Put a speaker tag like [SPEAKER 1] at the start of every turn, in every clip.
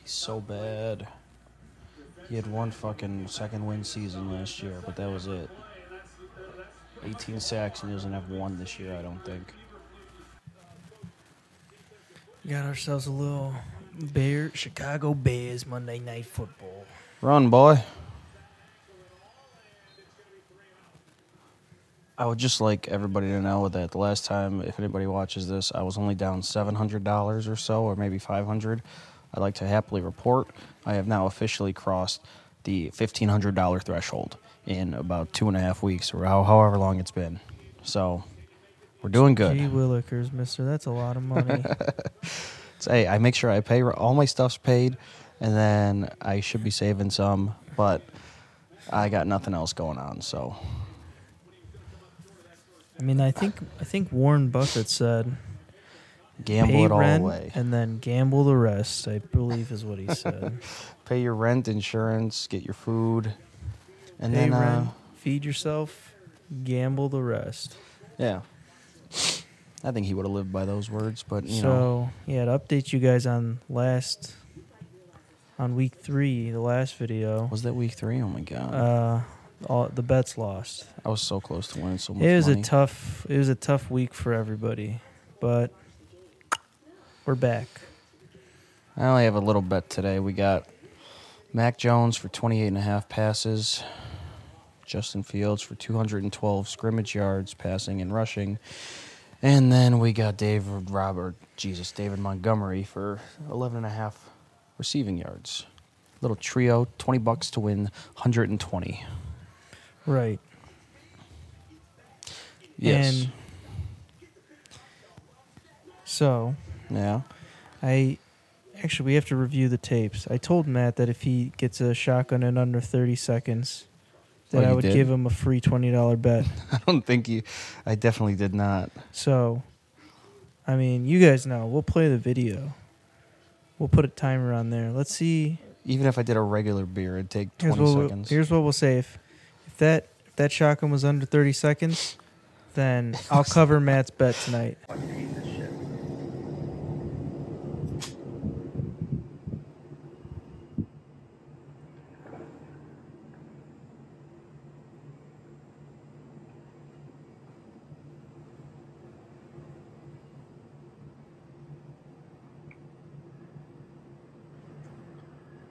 [SPEAKER 1] He's so bad. He had one fucking second win season last year, but that was it. 18 sacks, and he doesn't have one this year, I don't think.
[SPEAKER 2] We got ourselves a little Bear Chicago Bears Monday Night Football.
[SPEAKER 1] Run, boy. I would just like everybody to know that the last time, if anybody watches this, I was only down seven hundred dollars or so, or maybe five hundred. I'd like to happily report I have now officially crossed the fifteen hundred dollar threshold in about two and a half weeks, or how, however long it's been. So we're doing good.
[SPEAKER 2] Gee Willikers, Mister, that's a lot of money.
[SPEAKER 1] It's, hey, I make sure I pay all my stuff's paid, and then I should be saving some, but I got nothing else going on. So
[SPEAKER 2] I mean, I think I think Warren Buffett said
[SPEAKER 1] gamble
[SPEAKER 2] pay
[SPEAKER 1] it all
[SPEAKER 2] rent
[SPEAKER 1] away.
[SPEAKER 2] and then gamble the rest. I believe is what he said.
[SPEAKER 1] pay your rent, insurance, get your food, and
[SPEAKER 2] pay
[SPEAKER 1] then
[SPEAKER 2] rent,
[SPEAKER 1] uh,
[SPEAKER 2] feed yourself, gamble the rest.
[SPEAKER 1] yeah. I think he would have lived by those words, but you
[SPEAKER 2] so
[SPEAKER 1] know,
[SPEAKER 2] yeah, to update you guys on last on week three, the last video,
[SPEAKER 1] was that week three? Oh my god,
[SPEAKER 2] uh, all the bets lost.
[SPEAKER 1] I was so close to winning so much
[SPEAKER 2] It was
[SPEAKER 1] money.
[SPEAKER 2] a tough it was a tough week for everybody, but we're back.
[SPEAKER 1] I only have a little bet today. We got Mac Jones for 28 and a half passes, Justin Fields for 212 scrimmage yards passing and rushing. And then we got David Robert, Jesus, David Montgomery for 11 and a half receiving yards. Little trio, 20 bucks to win 120.
[SPEAKER 2] Right.
[SPEAKER 1] Yes.
[SPEAKER 2] And so
[SPEAKER 1] yeah.
[SPEAKER 2] I actually we have to review the tapes. I told Matt that if he gets a shotgun in under thirty seconds, that
[SPEAKER 1] Oh,
[SPEAKER 2] I
[SPEAKER 1] you
[SPEAKER 2] would
[SPEAKER 1] did?
[SPEAKER 2] give him a free twenty dollar bet.
[SPEAKER 1] I don't think you I definitely did not.
[SPEAKER 2] so, I mean, you guys know we'll play the video. We'll put a timer on there. Let's see.
[SPEAKER 1] Even if I did a regular beer, it'd take
[SPEAKER 2] Here's
[SPEAKER 1] 20
[SPEAKER 2] what we'll-
[SPEAKER 1] seconds.
[SPEAKER 2] here's what we'll say if if that if that shotgun was under thirty seconds, then I'll cover Matt's bet tonight.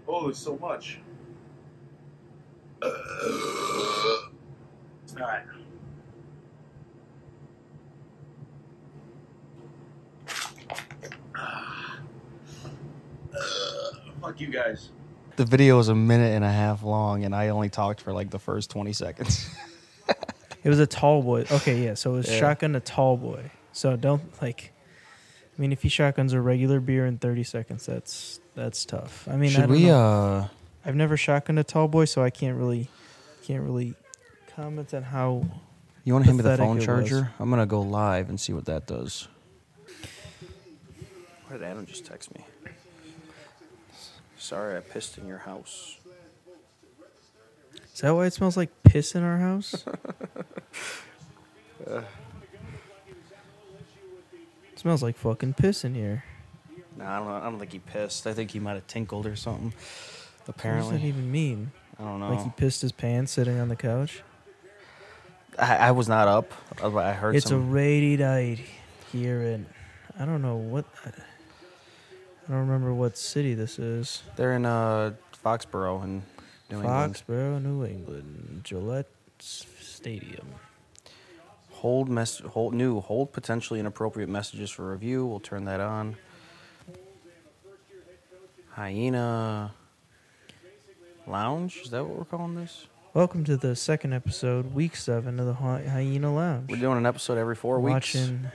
[SPEAKER 3] Oh, there's so much. All right. Ah. Uh, Fuck you guys.
[SPEAKER 1] The video was a minute and a half long, and I only talked for like the first 20 seconds.
[SPEAKER 2] It was a tall boy. Okay, yeah. So it was
[SPEAKER 1] Yeah.
[SPEAKER 2] shotgun a tall boy. So don't like. I mean, if he shotguns a regular beer in thirty seconds, that's that's tough. I mean, I
[SPEAKER 1] Should
[SPEAKER 2] don't
[SPEAKER 1] we?
[SPEAKER 2] know.
[SPEAKER 1] uh
[SPEAKER 2] I've never shotgunned a tall boy, so I can't really, can't really comment on how.
[SPEAKER 1] You want to hand me the
[SPEAKER 2] Pathetic
[SPEAKER 1] phone
[SPEAKER 2] it
[SPEAKER 1] charger?
[SPEAKER 2] was.
[SPEAKER 1] I'm gonna go live and see what that does. Why did Adam just text me? Sorry, I pissed in your house.
[SPEAKER 2] Is that why it smells like piss in our house? smells like fucking piss in here.
[SPEAKER 1] No, I don't. know. I don't think he pissed. I think he might have tinkled or something.
[SPEAKER 2] What does that
[SPEAKER 1] Apparently, Oh.
[SPEAKER 2] even mean?
[SPEAKER 1] I don't know.
[SPEAKER 2] Like he pissed his pants sitting on the couch.
[SPEAKER 1] I, I was not up. I I heard
[SPEAKER 2] It's a
[SPEAKER 1] some.
[SPEAKER 2] rainy night here in, I don't know what, I don't remember what city this is.
[SPEAKER 1] They're in uh, Foxborough in New England.
[SPEAKER 2] Foxborough, New England, Gillette S- Stadium.
[SPEAKER 1] Hold mess. Hold new. Hold potentially inappropriate messages for review. We'll turn that on. Hyena lounge. Is that what we're calling this?
[SPEAKER 2] Welcome to the second episode, week seven of the Hy- Hyena Lounge.
[SPEAKER 1] We're doing an episode every four weeks,
[SPEAKER 2] Watching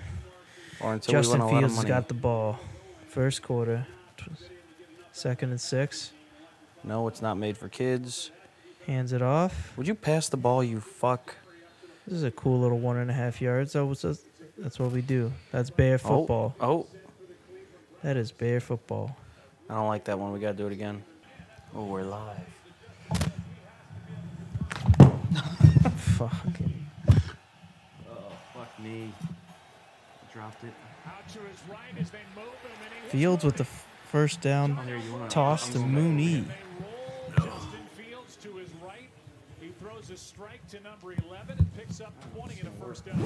[SPEAKER 1] or until
[SPEAKER 2] Justin
[SPEAKER 1] we win a lot
[SPEAKER 2] Fields
[SPEAKER 1] of
[SPEAKER 2] has
[SPEAKER 1] money.
[SPEAKER 2] got the ball, first quarter, tw- second and six,
[SPEAKER 1] no, it's not made for kids.
[SPEAKER 2] hands it off.
[SPEAKER 1] Would you pass the ball, you fuck?
[SPEAKER 2] This is a cool little one and a half yards. That was that's- that's what we do. That's Bear
[SPEAKER 1] Oh,
[SPEAKER 2] football.
[SPEAKER 1] Oh,
[SPEAKER 2] That is Bear football.
[SPEAKER 1] I don't like that one. We gotta do it again. Oh, we're live.
[SPEAKER 2] Fucking.
[SPEAKER 1] Fuck me. Dropped it.
[SPEAKER 4] Out to his right as they move him, and he
[SPEAKER 2] Fields with the f- First down toss to Mooney.
[SPEAKER 4] Justin Fields to his right. He throws a strike to number 11 and picks up 20 in a first down.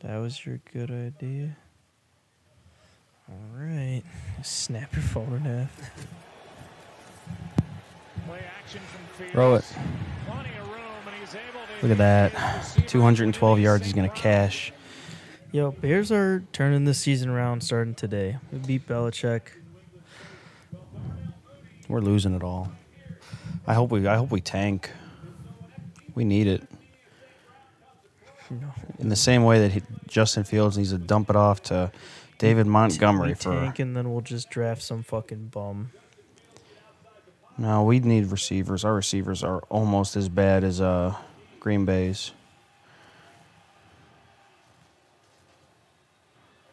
[SPEAKER 2] That was your good idea. All right. Snap your phone in half.
[SPEAKER 4] Play action from Fields.
[SPEAKER 1] Throw it.
[SPEAKER 4] Plenty of room, and he's able to
[SPEAKER 1] Look at that. 212 yards. He's going to cash.
[SPEAKER 2] Yo, Bears are turning the season round starting today. We beat Belichick.
[SPEAKER 1] We're losing it all. I hope we. I hope we tank. We need it.
[SPEAKER 2] No.
[SPEAKER 1] In the same way that he, Justin Fields needs to dump it off to David Montgomery
[SPEAKER 2] We
[SPEAKER 1] for.
[SPEAKER 2] tank, and then we'll just draft some fucking bum.
[SPEAKER 1] No, we need receivers. Our receivers are almost as bad as uh, Green Bay's.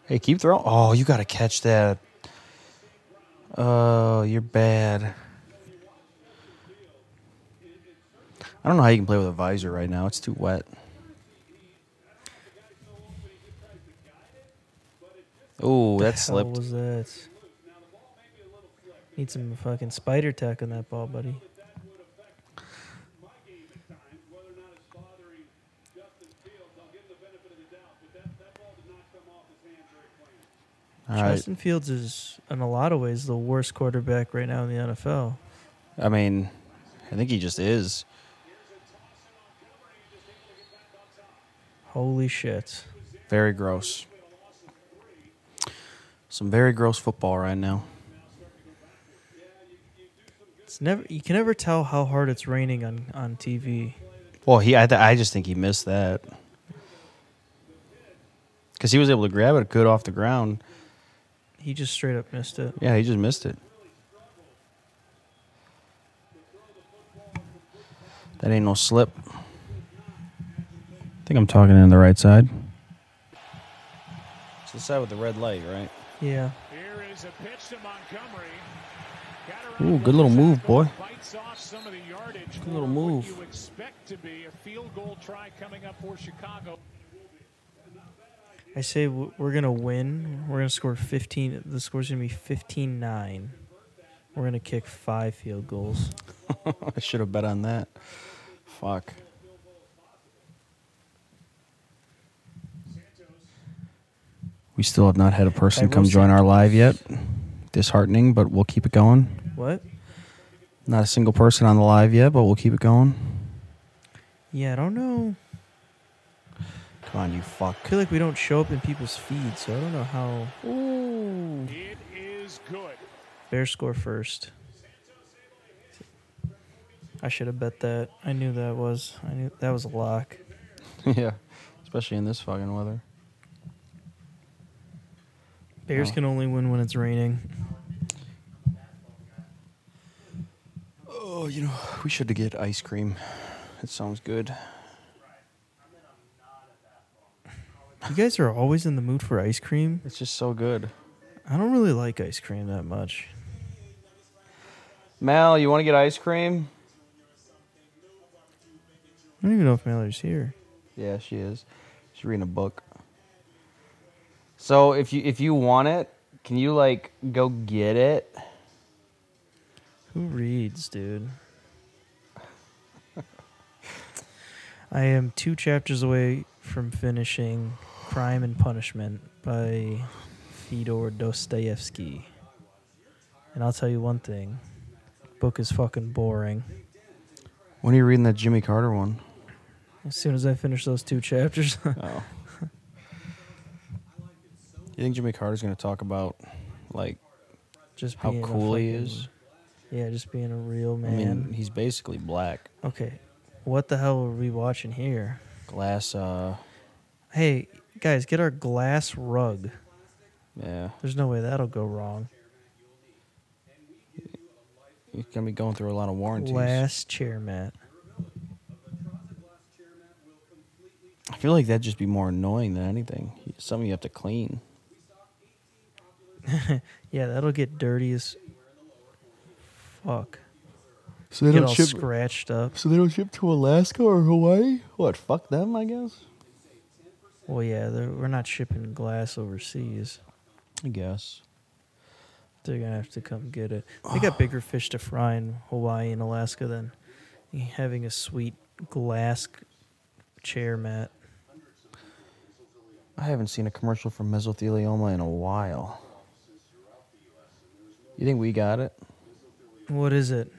[SPEAKER 1] Hey, keep throwing. Oh, you got to catch that. Oh, you're bad. I don't know how you can play with a visor right now. It's too wet. Oh, that
[SPEAKER 2] Hell
[SPEAKER 1] slipped.
[SPEAKER 2] was that? Need some fucking spider tech on that ball, buddy.
[SPEAKER 1] All right.
[SPEAKER 2] Justin Fields is, in a lot of ways, the worst quarterback right now in the NFL.
[SPEAKER 1] I mean, I think he just is.
[SPEAKER 2] Holy shit.
[SPEAKER 1] Very gross. Some very gross football right now.
[SPEAKER 2] It's never you can never tell how hard it's raining on on TV.
[SPEAKER 1] Well, he I, th- I just think he missed that because he was able to grab it good off the ground.
[SPEAKER 2] He just straight up missed it.
[SPEAKER 1] Yeah, he just missed it. That ain't no slip. I think I'm talking in the right side. It's the side with the red light, right?
[SPEAKER 2] Yeah.
[SPEAKER 4] Here is a pitch to Montgomery. Got around
[SPEAKER 1] Ooh,
[SPEAKER 4] the
[SPEAKER 1] good little
[SPEAKER 4] inside
[SPEAKER 1] move,
[SPEAKER 4] goal,
[SPEAKER 1] boy.
[SPEAKER 4] Bites off some of the yardage.
[SPEAKER 1] Good little
[SPEAKER 4] for what
[SPEAKER 1] move.
[SPEAKER 4] You expect to be a field goal try coming up for Chicago.
[SPEAKER 2] I say w- we're going to win. We're going to score 15. The score's going to be 15-9. We're going to kick five field goals.
[SPEAKER 1] I should have bet on that. Fuck. We still have not had a person
[SPEAKER 2] I
[SPEAKER 1] come
[SPEAKER 2] will
[SPEAKER 1] join
[SPEAKER 2] say-
[SPEAKER 1] our live yet. Disheartening, but we'll keep it going.
[SPEAKER 2] What?
[SPEAKER 1] Not a single person on the live yet, but we'll keep it going.
[SPEAKER 2] Yeah, I don't know.
[SPEAKER 1] Come on, you fuck.
[SPEAKER 2] I feel like we don't show up in people's feeds, so I don't know how
[SPEAKER 1] Ooh.
[SPEAKER 4] It is good.
[SPEAKER 2] Bears score first. I should have bet that. I knew that was. I knew that was a lock.
[SPEAKER 1] yeah, especially in this fucking weather.
[SPEAKER 2] Bears
[SPEAKER 1] Oh.
[SPEAKER 2] can only win when it's raining.
[SPEAKER 1] Oh, you know, we should get ice cream. It sounds good.
[SPEAKER 2] You guys are always in the mood for ice cream.
[SPEAKER 1] It's just so good.
[SPEAKER 2] I don't really like ice cream that much.
[SPEAKER 1] Mal, you want to get ice cream?
[SPEAKER 2] I don't even know if Mallory's here.
[SPEAKER 1] Yeah, she is. She's reading a book. So if you if you want it, can you like go get it?
[SPEAKER 2] Who reads, dude? I am two chapters away from finishing Crime and Punishment by Fyodor Dostoevsky. And I'll tell you one thing book is fucking boring.
[SPEAKER 1] When are you reading that Jimmy Carter one?
[SPEAKER 2] As soon as I finish those two chapters,
[SPEAKER 1] Oh. you think Jimmy Carter's gonna talk about like
[SPEAKER 2] just
[SPEAKER 1] how
[SPEAKER 2] being a
[SPEAKER 1] cool he
[SPEAKER 2] fucking-
[SPEAKER 1] is?
[SPEAKER 2] Yeah, just being a real man.
[SPEAKER 1] I mean, he's basically black.
[SPEAKER 2] Okay, what the hell are we watching here?
[SPEAKER 1] Glass uh
[SPEAKER 2] Hey, guys, get our glass rug.
[SPEAKER 1] yeah.
[SPEAKER 2] There's no way that'll go wrong.
[SPEAKER 1] He's gonna be going through a lot of warranties.
[SPEAKER 2] Glass chair mat.
[SPEAKER 1] I feel like that'd just be more annoying than anything. Something you have to clean.
[SPEAKER 2] Yeah, that'll get dirty as fuck.
[SPEAKER 1] So they
[SPEAKER 2] Get
[SPEAKER 1] don't
[SPEAKER 2] all
[SPEAKER 1] ship.
[SPEAKER 2] scratched up.
[SPEAKER 1] so they don't ship to Alaska or Hawaii. What? Fuck them, I guess.
[SPEAKER 2] Well, yeah, they're- we're not shipping glass overseas.
[SPEAKER 1] I guess.
[SPEAKER 2] They're gonna have to come get it. They got bigger fish to fry in Hawaii and Alaska than having a sweet glass chair mat.
[SPEAKER 1] I haven't seen a commercial for mesothelioma in a while. You think we got it?
[SPEAKER 2] What is it?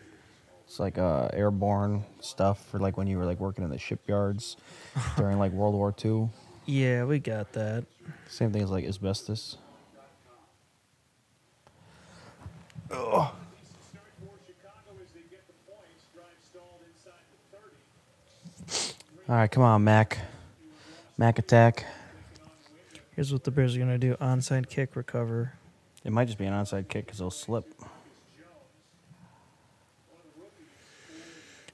[SPEAKER 1] It's like uh, airborne stuff for like when you were like working in the shipyards during like World War II.
[SPEAKER 2] Yeah, we got that.
[SPEAKER 1] Same thing as like asbestos.
[SPEAKER 4] Start for Chicago as they get the points. Drive stalled inside the 30.
[SPEAKER 1] All right, come on, Mac. Mac attack.
[SPEAKER 2] Here's what the Bears are gonna do: onside kick, recover.
[SPEAKER 1] It might just be an onside kick because they'll slip.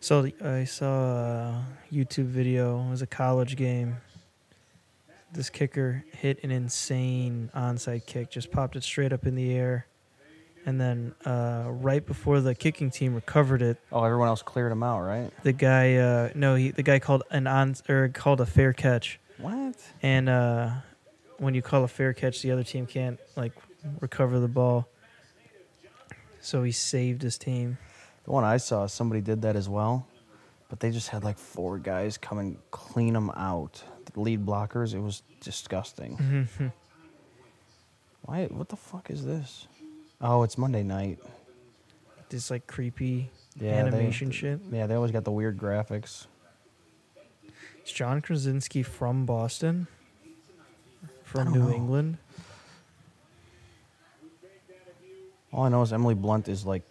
[SPEAKER 2] So I saw a YouTube video. It was a college game. This kicker hit an insane onside kick, just popped it straight up in the air, and then uh, right before the kicking team recovered it,
[SPEAKER 1] Oh, everyone else cleared him out, right?
[SPEAKER 2] the guy uh, no, he, the guy called an on or called a fair catch,
[SPEAKER 1] What?
[SPEAKER 2] and uh, when you call a fair catch, the other team can't like recover the ball. So he saved his team.
[SPEAKER 1] The one I saw, somebody did that as well, but they just had like four guys come and clean them out. The lead blockers, it was disgusting.
[SPEAKER 2] Mm-hmm.
[SPEAKER 1] Why? What the fuck is this? Oh, it's Monday night.
[SPEAKER 2] This like creepy
[SPEAKER 1] Yeah, they-
[SPEAKER 2] animation shit.
[SPEAKER 1] Yeah, they always got the weird graphics.
[SPEAKER 2] Is John Krasinski from Boston? From
[SPEAKER 1] don't
[SPEAKER 2] New
[SPEAKER 1] know.
[SPEAKER 2] England?
[SPEAKER 1] All I know is Emily Blunt is like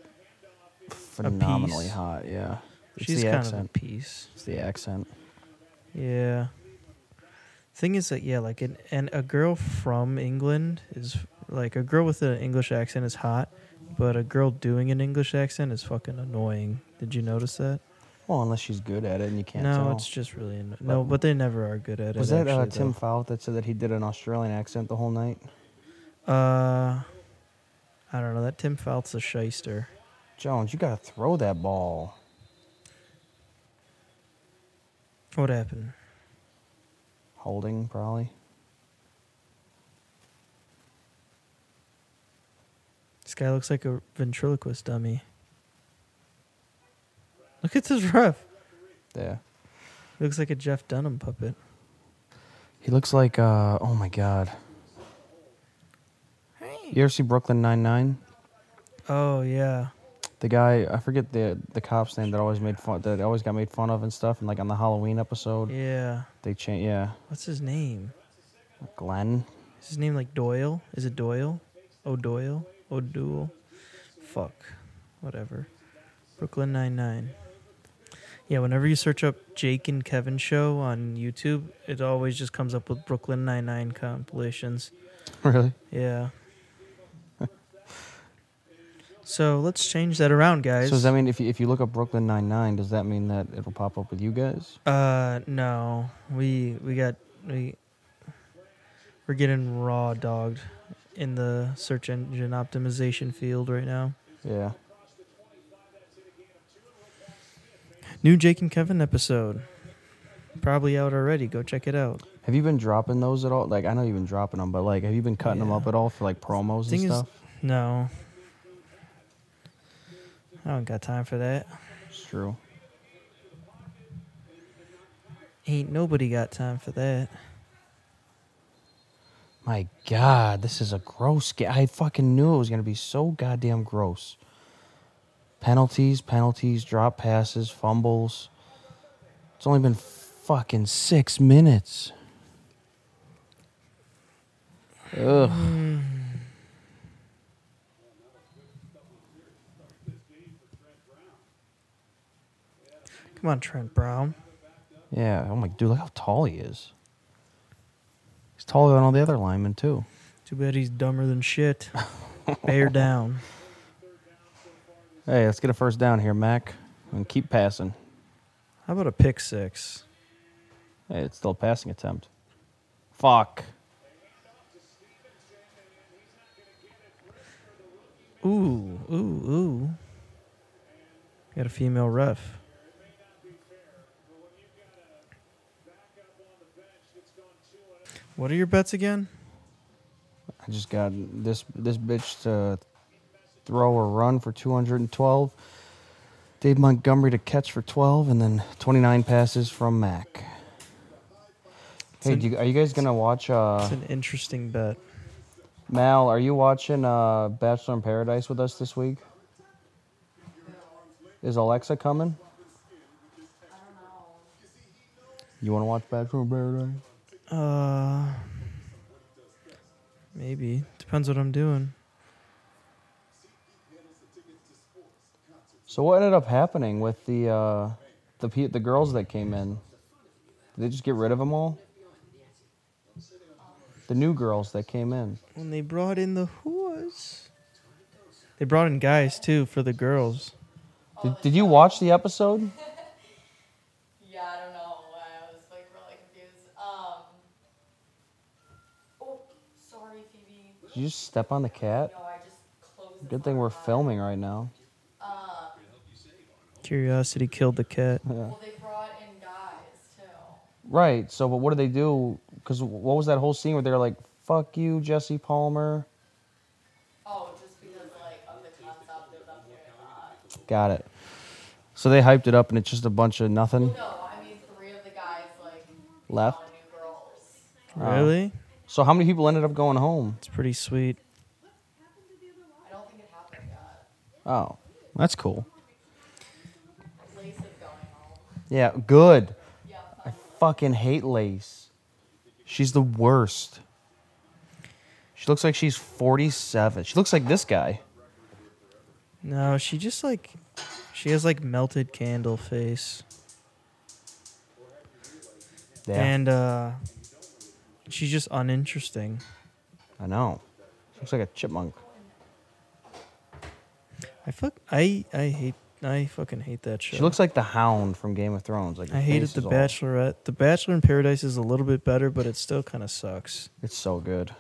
[SPEAKER 1] phenomenally
[SPEAKER 2] piece.
[SPEAKER 1] hot. Yeah, it's
[SPEAKER 2] She's
[SPEAKER 1] the
[SPEAKER 2] kind
[SPEAKER 1] accent.
[SPEAKER 2] of a piece.
[SPEAKER 1] It's the accent.
[SPEAKER 2] Yeah. Thing is that yeah, like an and a girl from England is like a girl with an English accent is hot, but a girl doing an English accent is fucking annoying. Did you notice that?
[SPEAKER 1] Well, unless she's good at it and you can't
[SPEAKER 2] no,
[SPEAKER 1] tell.
[SPEAKER 2] it's just really anno- no.
[SPEAKER 1] But-
[SPEAKER 2] But they never are good at it.
[SPEAKER 1] was that uh,
[SPEAKER 2] actually,
[SPEAKER 1] Tim
[SPEAKER 2] though.
[SPEAKER 1] Fowle that said that he did an Australian accent the whole night?
[SPEAKER 2] Uh, I don't know. That Tim Fouts a shyster.
[SPEAKER 1] Jones, you gotta throw that ball.
[SPEAKER 2] What happened?
[SPEAKER 1] Holding probably.
[SPEAKER 2] This guy looks like a ventriloquist dummy. Look at this ref.
[SPEAKER 1] Yeah.
[SPEAKER 2] Looks like a Jeff Dunham puppet.
[SPEAKER 1] He looks like uh oh my god. You ever see Brooklyn Nine Nine?
[SPEAKER 2] Oh yeah.
[SPEAKER 1] The guy I forget the the cop's name that always made fun that always got made fun of and stuff and like on the Halloween episode
[SPEAKER 2] Yeah.
[SPEAKER 1] they changed yeah.
[SPEAKER 2] What's his name?
[SPEAKER 1] Glenn.
[SPEAKER 2] Is his name like Doyle? Is it Doyle? O'Doyle? O'Dool? Fuck. Whatever. Brooklyn Nine Nine. Yeah, whenever you search up Jake and Kevin show on YouTube, it always just comes up with Brooklyn Nine Nine compilations.
[SPEAKER 1] really?
[SPEAKER 2] Yeah. so let's change that around, guys.
[SPEAKER 1] So does that mean if you if you look up Brooklyn Nine Nine, does that mean that it'll pop up with you guys?
[SPEAKER 2] uh, no, we we got we we're getting raw dogged in the search engine optimization field right now.
[SPEAKER 1] Yeah.
[SPEAKER 2] New Jake and Kevin episode, probably out already. Go check it out.
[SPEAKER 1] Have you been dropping those at all? Like I know you've been dropping them, but like have you been cutting them
[SPEAKER 2] Yeah.
[SPEAKER 1] up at all for like promos
[SPEAKER 2] Thing
[SPEAKER 1] and
[SPEAKER 2] is,
[SPEAKER 1] stuff?
[SPEAKER 2] no, I don't got time for that.
[SPEAKER 1] It's true.
[SPEAKER 2] Ain't nobody got time for that.
[SPEAKER 1] My God, this is a gross game. I fucking knew it was gonna be so goddamn gross. Penalties, penalties, drop passes, fumbles. It's only been fucking six minutes. Ugh.
[SPEAKER 2] Come on, Trent Brown.
[SPEAKER 1] Yeah. Oh my dude, look how tall he is. He's taller than all the other linemen too.
[SPEAKER 2] Too bad he's dumber than shit. Bear down.
[SPEAKER 1] Hey, let's get a first down here, Mac, and keep passing.
[SPEAKER 2] How about a pick six?
[SPEAKER 1] Hey, it's still a passing attempt. Fuck.
[SPEAKER 2] Ooh, ooh, ooh. Got a female ref. What are your bets again?
[SPEAKER 1] I just got this this bitch to throw or run for 212. Dave Montgomery to catch for 12, and then 29 passes from Mac. Hey,
[SPEAKER 2] an-
[SPEAKER 1] do you, are you guys gonna watch? Uh,
[SPEAKER 2] It's an interesting bet.
[SPEAKER 1] Mal, are you watching uh, Bachelor in Paradise with us this week? Is Alexa coming? You want to watch Bachelor in Paradise?
[SPEAKER 2] Uh, maybe depends what I'm doing.
[SPEAKER 1] So what ended up happening with the uh, the pe- the girls that came in? Did they just get rid of them all? The new girls that came in.
[SPEAKER 2] When they brought in the whores, they brought in guys too for the girls.
[SPEAKER 1] Did, did you watch the episode?
[SPEAKER 5] Yeah, I don't know why I was like really confused. Um. Oh, sorry, Phoebe.
[SPEAKER 1] Did you just step on the cat?
[SPEAKER 5] No, I just closed. the
[SPEAKER 1] Good thing we're
[SPEAKER 5] fire.
[SPEAKER 1] filming right now.
[SPEAKER 2] Curiosity killed the cat.
[SPEAKER 5] Well, they brought in guys too.
[SPEAKER 1] Right. So, but what did they do? Because what was that whole scene where they were like, "Fuck you, Jesse Palmer."
[SPEAKER 5] Oh, just because like of the concept of them doing that.
[SPEAKER 1] Got it. So they hyped it up, and it's just a bunch of nothing
[SPEAKER 5] No, I mean three of the guys like
[SPEAKER 1] left.
[SPEAKER 5] on new girls.
[SPEAKER 2] Really?
[SPEAKER 1] So how many people ended up going home?
[SPEAKER 2] It's pretty sweet.
[SPEAKER 5] I don't think it happened yet.
[SPEAKER 1] Oh, that's cool.
[SPEAKER 5] Lace's going home.
[SPEAKER 1] Yeah, good.
[SPEAKER 5] Yeah.
[SPEAKER 1] I fucking hate Lace. She's the worst. She looks like she's 47. She looks like this guy.
[SPEAKER 2] No, she just like she has like melted candle face.
[SPEAKER 1] Yeah,
[SPEAKER 2] And uh she's just uninteresting.
[SPEAKER 1] I know. She looks like a chipmunk.
[SPEAKER 2] I fuck I I hate I fucking hate that show.
[SPEAKER 1] She looks like the Hound from Game of Thrones. Like her
[SPEAKER 2] I hated
[SPEAKER 1] face
[SPEAKER 2] The
[SPEAKER 1] is all-
[SPEAKER 2] Bachelorette. The Bachelor in Paradise is a little bit better, but it still kind of sucks.
[SPEAKER 1] It's so good.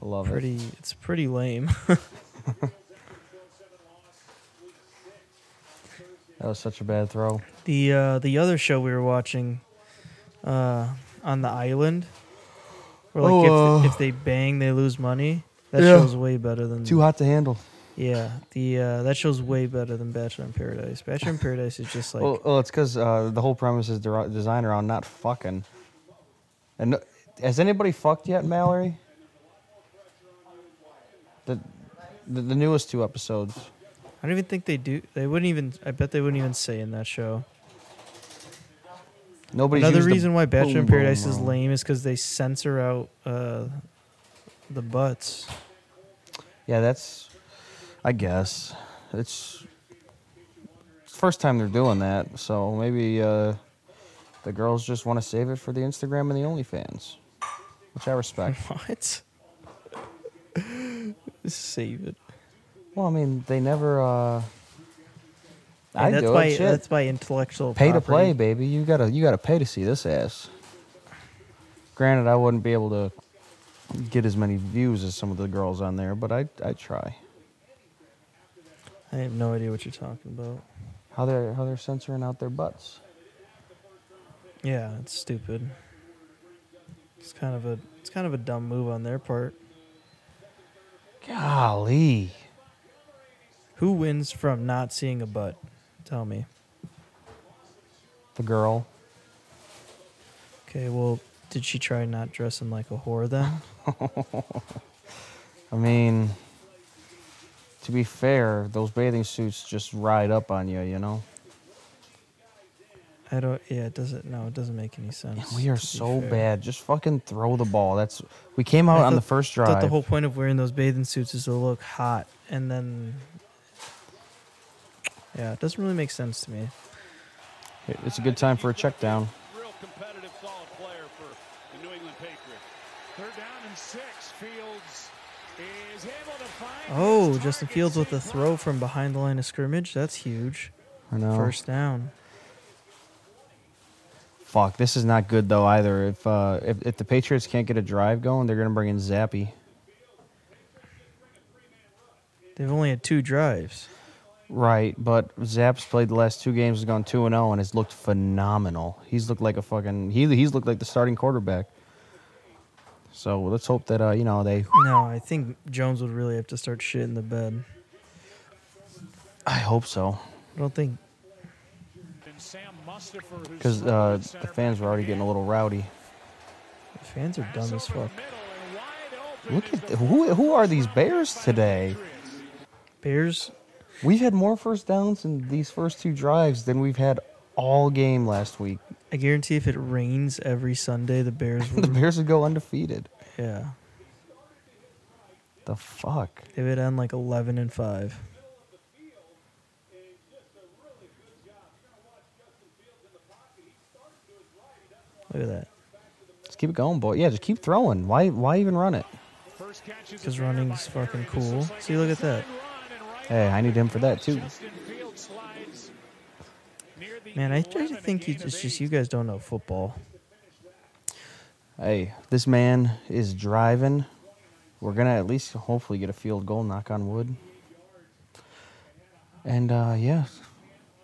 [SPEAKER 1] I love it.
[SPEAKER 2] Pretty it's pretty lame.
[SPEAKER 1] That was such a bad throw.
[SPEAKER 2] the uh the other show we were watching uh on the island where like
[SPEAKER 1] Oh,
[SPEAKER 2] if,
[SPEAKER 1] uh,
[SPEAKER 2] if they bang they lose money. That
[SPEAKER 1] yeah.
[SPEAKER 2] show's way better than
[SPEAKER 1] Too hot to handle.
[SPEAKER 2] Yeah, the uh, that show's way better than Bachelor in Paradise. Bachelor in Paradise is just like
[SPEAKER 1] well, well, it's because uh, the whole premise is der- designed around not fucking. And no- has anybody fucked yet, Mallory? The, the the newest two episodes.
[SPEAKER 2] I don't even think they do. They wouldn't even. I bet they wouldn't even say in that show.
[SPEAKER 1] Nobody's
[SPEAKER 2] Another
[SPEAKER 1] used the
[SPEAKER 2] reason why Bachelor in
[SPEAKER 1] boom, boom
[SPEAKER 2] Paradise is
[SPEAKER 1] room.
[SPEAKER 2] lame is because they censor out uh, the butts.
[SPEAKER 1] Yeah, that's. I guess it's it's the first time they're doing that, so maybe uh, the girls just want to save it for the Instagram and the OnlyFans, which I respect.
[SPEAKER 2] What? Save it.
[SPEAKER 1] well, I mean, they never. Uh, I
[SPEAKER 2] And that's
[SPEAKER 1] do
[SPEAKER 2] why.
[SPEAKER 1] it. Shit.
[SPEAKER 2] That's why intellectual
[SPEAKER 1] pay to play,
[SPEAKER 2] property-
[SPEAKER 1] baby. You gotta you gotta pay to see this ass. Granted, I wouldn't be able to get as many views as some of the girls on there, but I I try.
[SPEAKER 2] I have no idea what you're talking about.
[SPEAKER 1] How they're how they're censoring out their butts.
[SPEAKER 2] Yeah, it's stupid. It's kind of a. It's kind of a dumb move on their part.
[SPEAKER 1] Golly,
[SPEAKER 2] Who wins from not seeing a butt? Tell me.
[SPEAKER 1] the girl.
[SPEAKER 2] Okay, well, did she try not dressing like a whore then?
[SPEAKER 1] I mean, to be fair, those bathing suits just ride up on you. You know,
[SPEAKER 2] I don't. Yeah, it doesn't. No, it doesn't make any sense.
[SPEAKER 1] we are
[SPEAKER 2] to be
[SPEAKER 1] so
[SPEAKER 2] fair.
[SPEAKER 1] bad. Just fucking throw the ball. That's we came out
[SPEAKER 2] I
[SPEAKER 1] on the
[SPEAKER 2] thought-
[SPEAKER 1] first
[SPEAKER 2] I
[SPEAKER 1] drive.
[SPEAKER 2] thought the whole point of wearing those bathing suits is to look hot, and then yeah, it doesn't really make sense to me.
[SPEAKER 1] it's a good time for a check down.
[SPEAKER 4] Real competitive, solid player for the New England Patriots. Third down and six. Fields is able to find.
[SPEAKER 2] Oh,
[SPEAKER 4] his
[SPEAKER 2] Justin
[SPEAKER 4] target.
[SPEAKER 2] Fields with a throw from behind the line of scrimmage. That's huge.
[SPEAKER 1] I know.
[SPEAKER 2] First down.
[SPEAKER 1] Fuck, this is not good though either. If uh, if, if the Patriots can't get a drive going, they're gonna bring in Zappy.
[SPEAKER 2] They've only had two drives.
[SPEAKER 1] Right, but Zapp's played the last two games, has gone two and zero, and has looked phenomenal. He's looked like a fucking he, he's looked like the starting quarterback. So let's hope that uh, you know they.
[SPEAKER 2] No, I think Jones would really have to start shitting the bed.
[SPEAKER 1] I hope so,
[SPEAKER 2] I don't think.
[SPEAKER 1] because uh, the fans were already getting a little rowdy.
[SPEAKER 2] The fans are dumb as fuck.
[SPEAKER 1] Look at the, who who are these Bears today?
[SPEAKER 2] Bears,
[SPEAKER 1] We've had more first downs in these first two drives than we've had all game last week.
[SPEAKER 2] I guarantee if it rains every Sunday, the Bears
[SPEAKER 1] The
[SPEAKER 2] will.
[SPEAKER 1] Bears would go undefeated.
[SPEAKER 2] yeah.
[SPEAKER 1] The fuck.
[SPEAKER 2] They would end like 11 and 5. Look at that.
[SPEAKER 1] Just keep it going, boy. Yeah, just keep throwing. Why why even run it?
[SPEAKER 2] Because running's fucking cool. See, look at that.
[SPEAKER 1] Hey, I need him for that too.
[SPEAKER 2] Man, I try to think you, it's just you guys don't know football.
[SPEAKER 1] Hey, this man is driving. We're gonna at least hopefully get a field goal. Knock on wood. And uh yeah,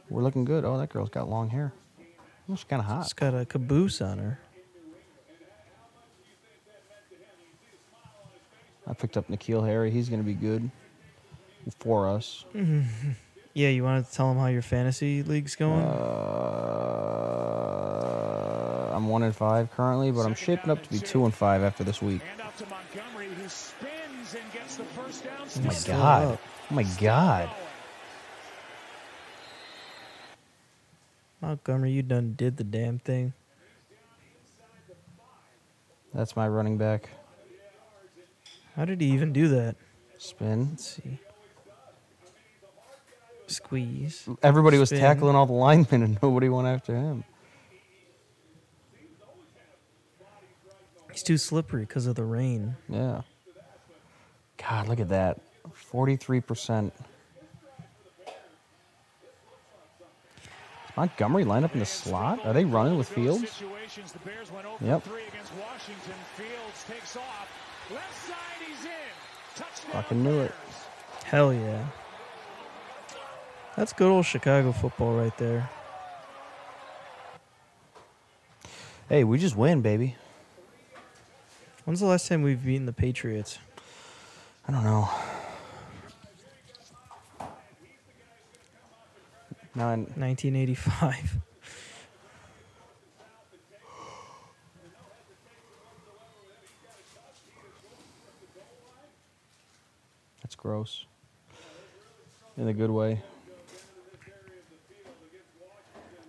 [SPEAKER 1] we're looking good. Oh, that girl's got long hair. Oh, She's kind of hot.
[SPEAKER 2] It's got a caboose on her.
[SPEAKER 1] I picked up Nikhil Harry. He's gonna be good for us.
[SPEAKER 2] Yeah, you wanted to tell them how your fantasy league's going?
[SPEAKER 1] Uh, I'm one and five currently, but I'm shaping up to be two and five after this week.
[SPEAKER 4] And out to Montgomery, who spins and gets the first down.
[SPEAKER 1] Oh my
[SPEAKER 2] Still
[SPEAKER 1] god!
[SPEAKER 2] up.
[SPEAKER 1] Oh my god!
[SPEAKER 2] Montgomery, you done did the damn thing.
[SPEAKER 1] That's my running back
[SPEAKER 2] How did he even do that?
[SPEAKER 1] spin.
[SPEAKER 2] Let's see. Squeeze.
[SPEAKER 1] Everybody was
[SPEAKER 2] Spin.
[SPEAKER 1] tackling all the linemen, and nobody went after him.
[SPEAKER 2] He's too slippery because of the rain.
[SPEAKER 1] Yeah. God, look at that. 43%. Does Montgomery line up in the slot? Are they running with Fields?
[SPEAKER 4] Situations, the Bears went over
[SPEAKER 1] Yep.
[SPEAKER 4] three against Washington. Fields takes off. Left side, he's in. Touchdown.
[SPEAKER 1] Fucking knew it.
[SPEAKER 4] Bears.
[SPEAKER 2] Hell yeah. That's good old Chicago football right there.
[SPEAKER 1] Hey, we just win, baby.
[SPEAKER 2] When's the last time we've beaten the Patriots?
[SPEAKER 1] I don't know. Now, I'm-
[SPEAKER 2] 1985.
[SPEAKER 1] that's gross. In a good way.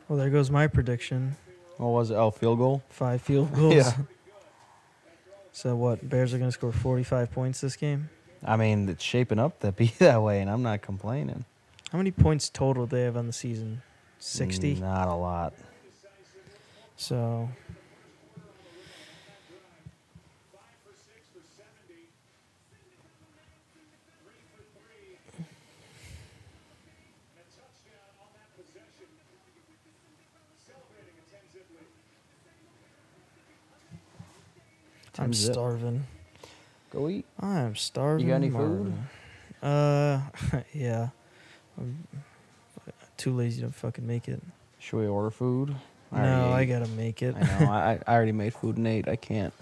[SPEAKER 2] Well, there goes my prediction.
[SPEAKER 1] What was it? Oh, field goal?
[SPEAKER 2] Five field goals.
[SPEAKER 1] Yeah.
[SPEAKER 2] So what? Bears are going to score 45 points this game.
[SPEAKER 1] I mean, it's shaping up to be that way, and I'm not complaining.
[SPEAKER 2] How many points total do they have on the season? 60.
[SPEAKER 1] Not a lot.
[SPEAKER 2] So I'm
[SPEAKER 1] Time's up.
[SPEAKER 2] starving.
[SPEAKER 1] Go eat.
[SPEAKER 2] I'm starving.
[SPEAKER 1] any food?
[SPEAKER 2] Marvin. Uh, yeah. I'm too lazy to fucking make it.
[SPEAKER 1] Should we order food?
[SPEAKER 2] no, I
[SPEAKER 1] already ate.
[SPEAKER 2] gotta make it.
[SPEAKER 1] I know. I, I already made food and ate. I can't.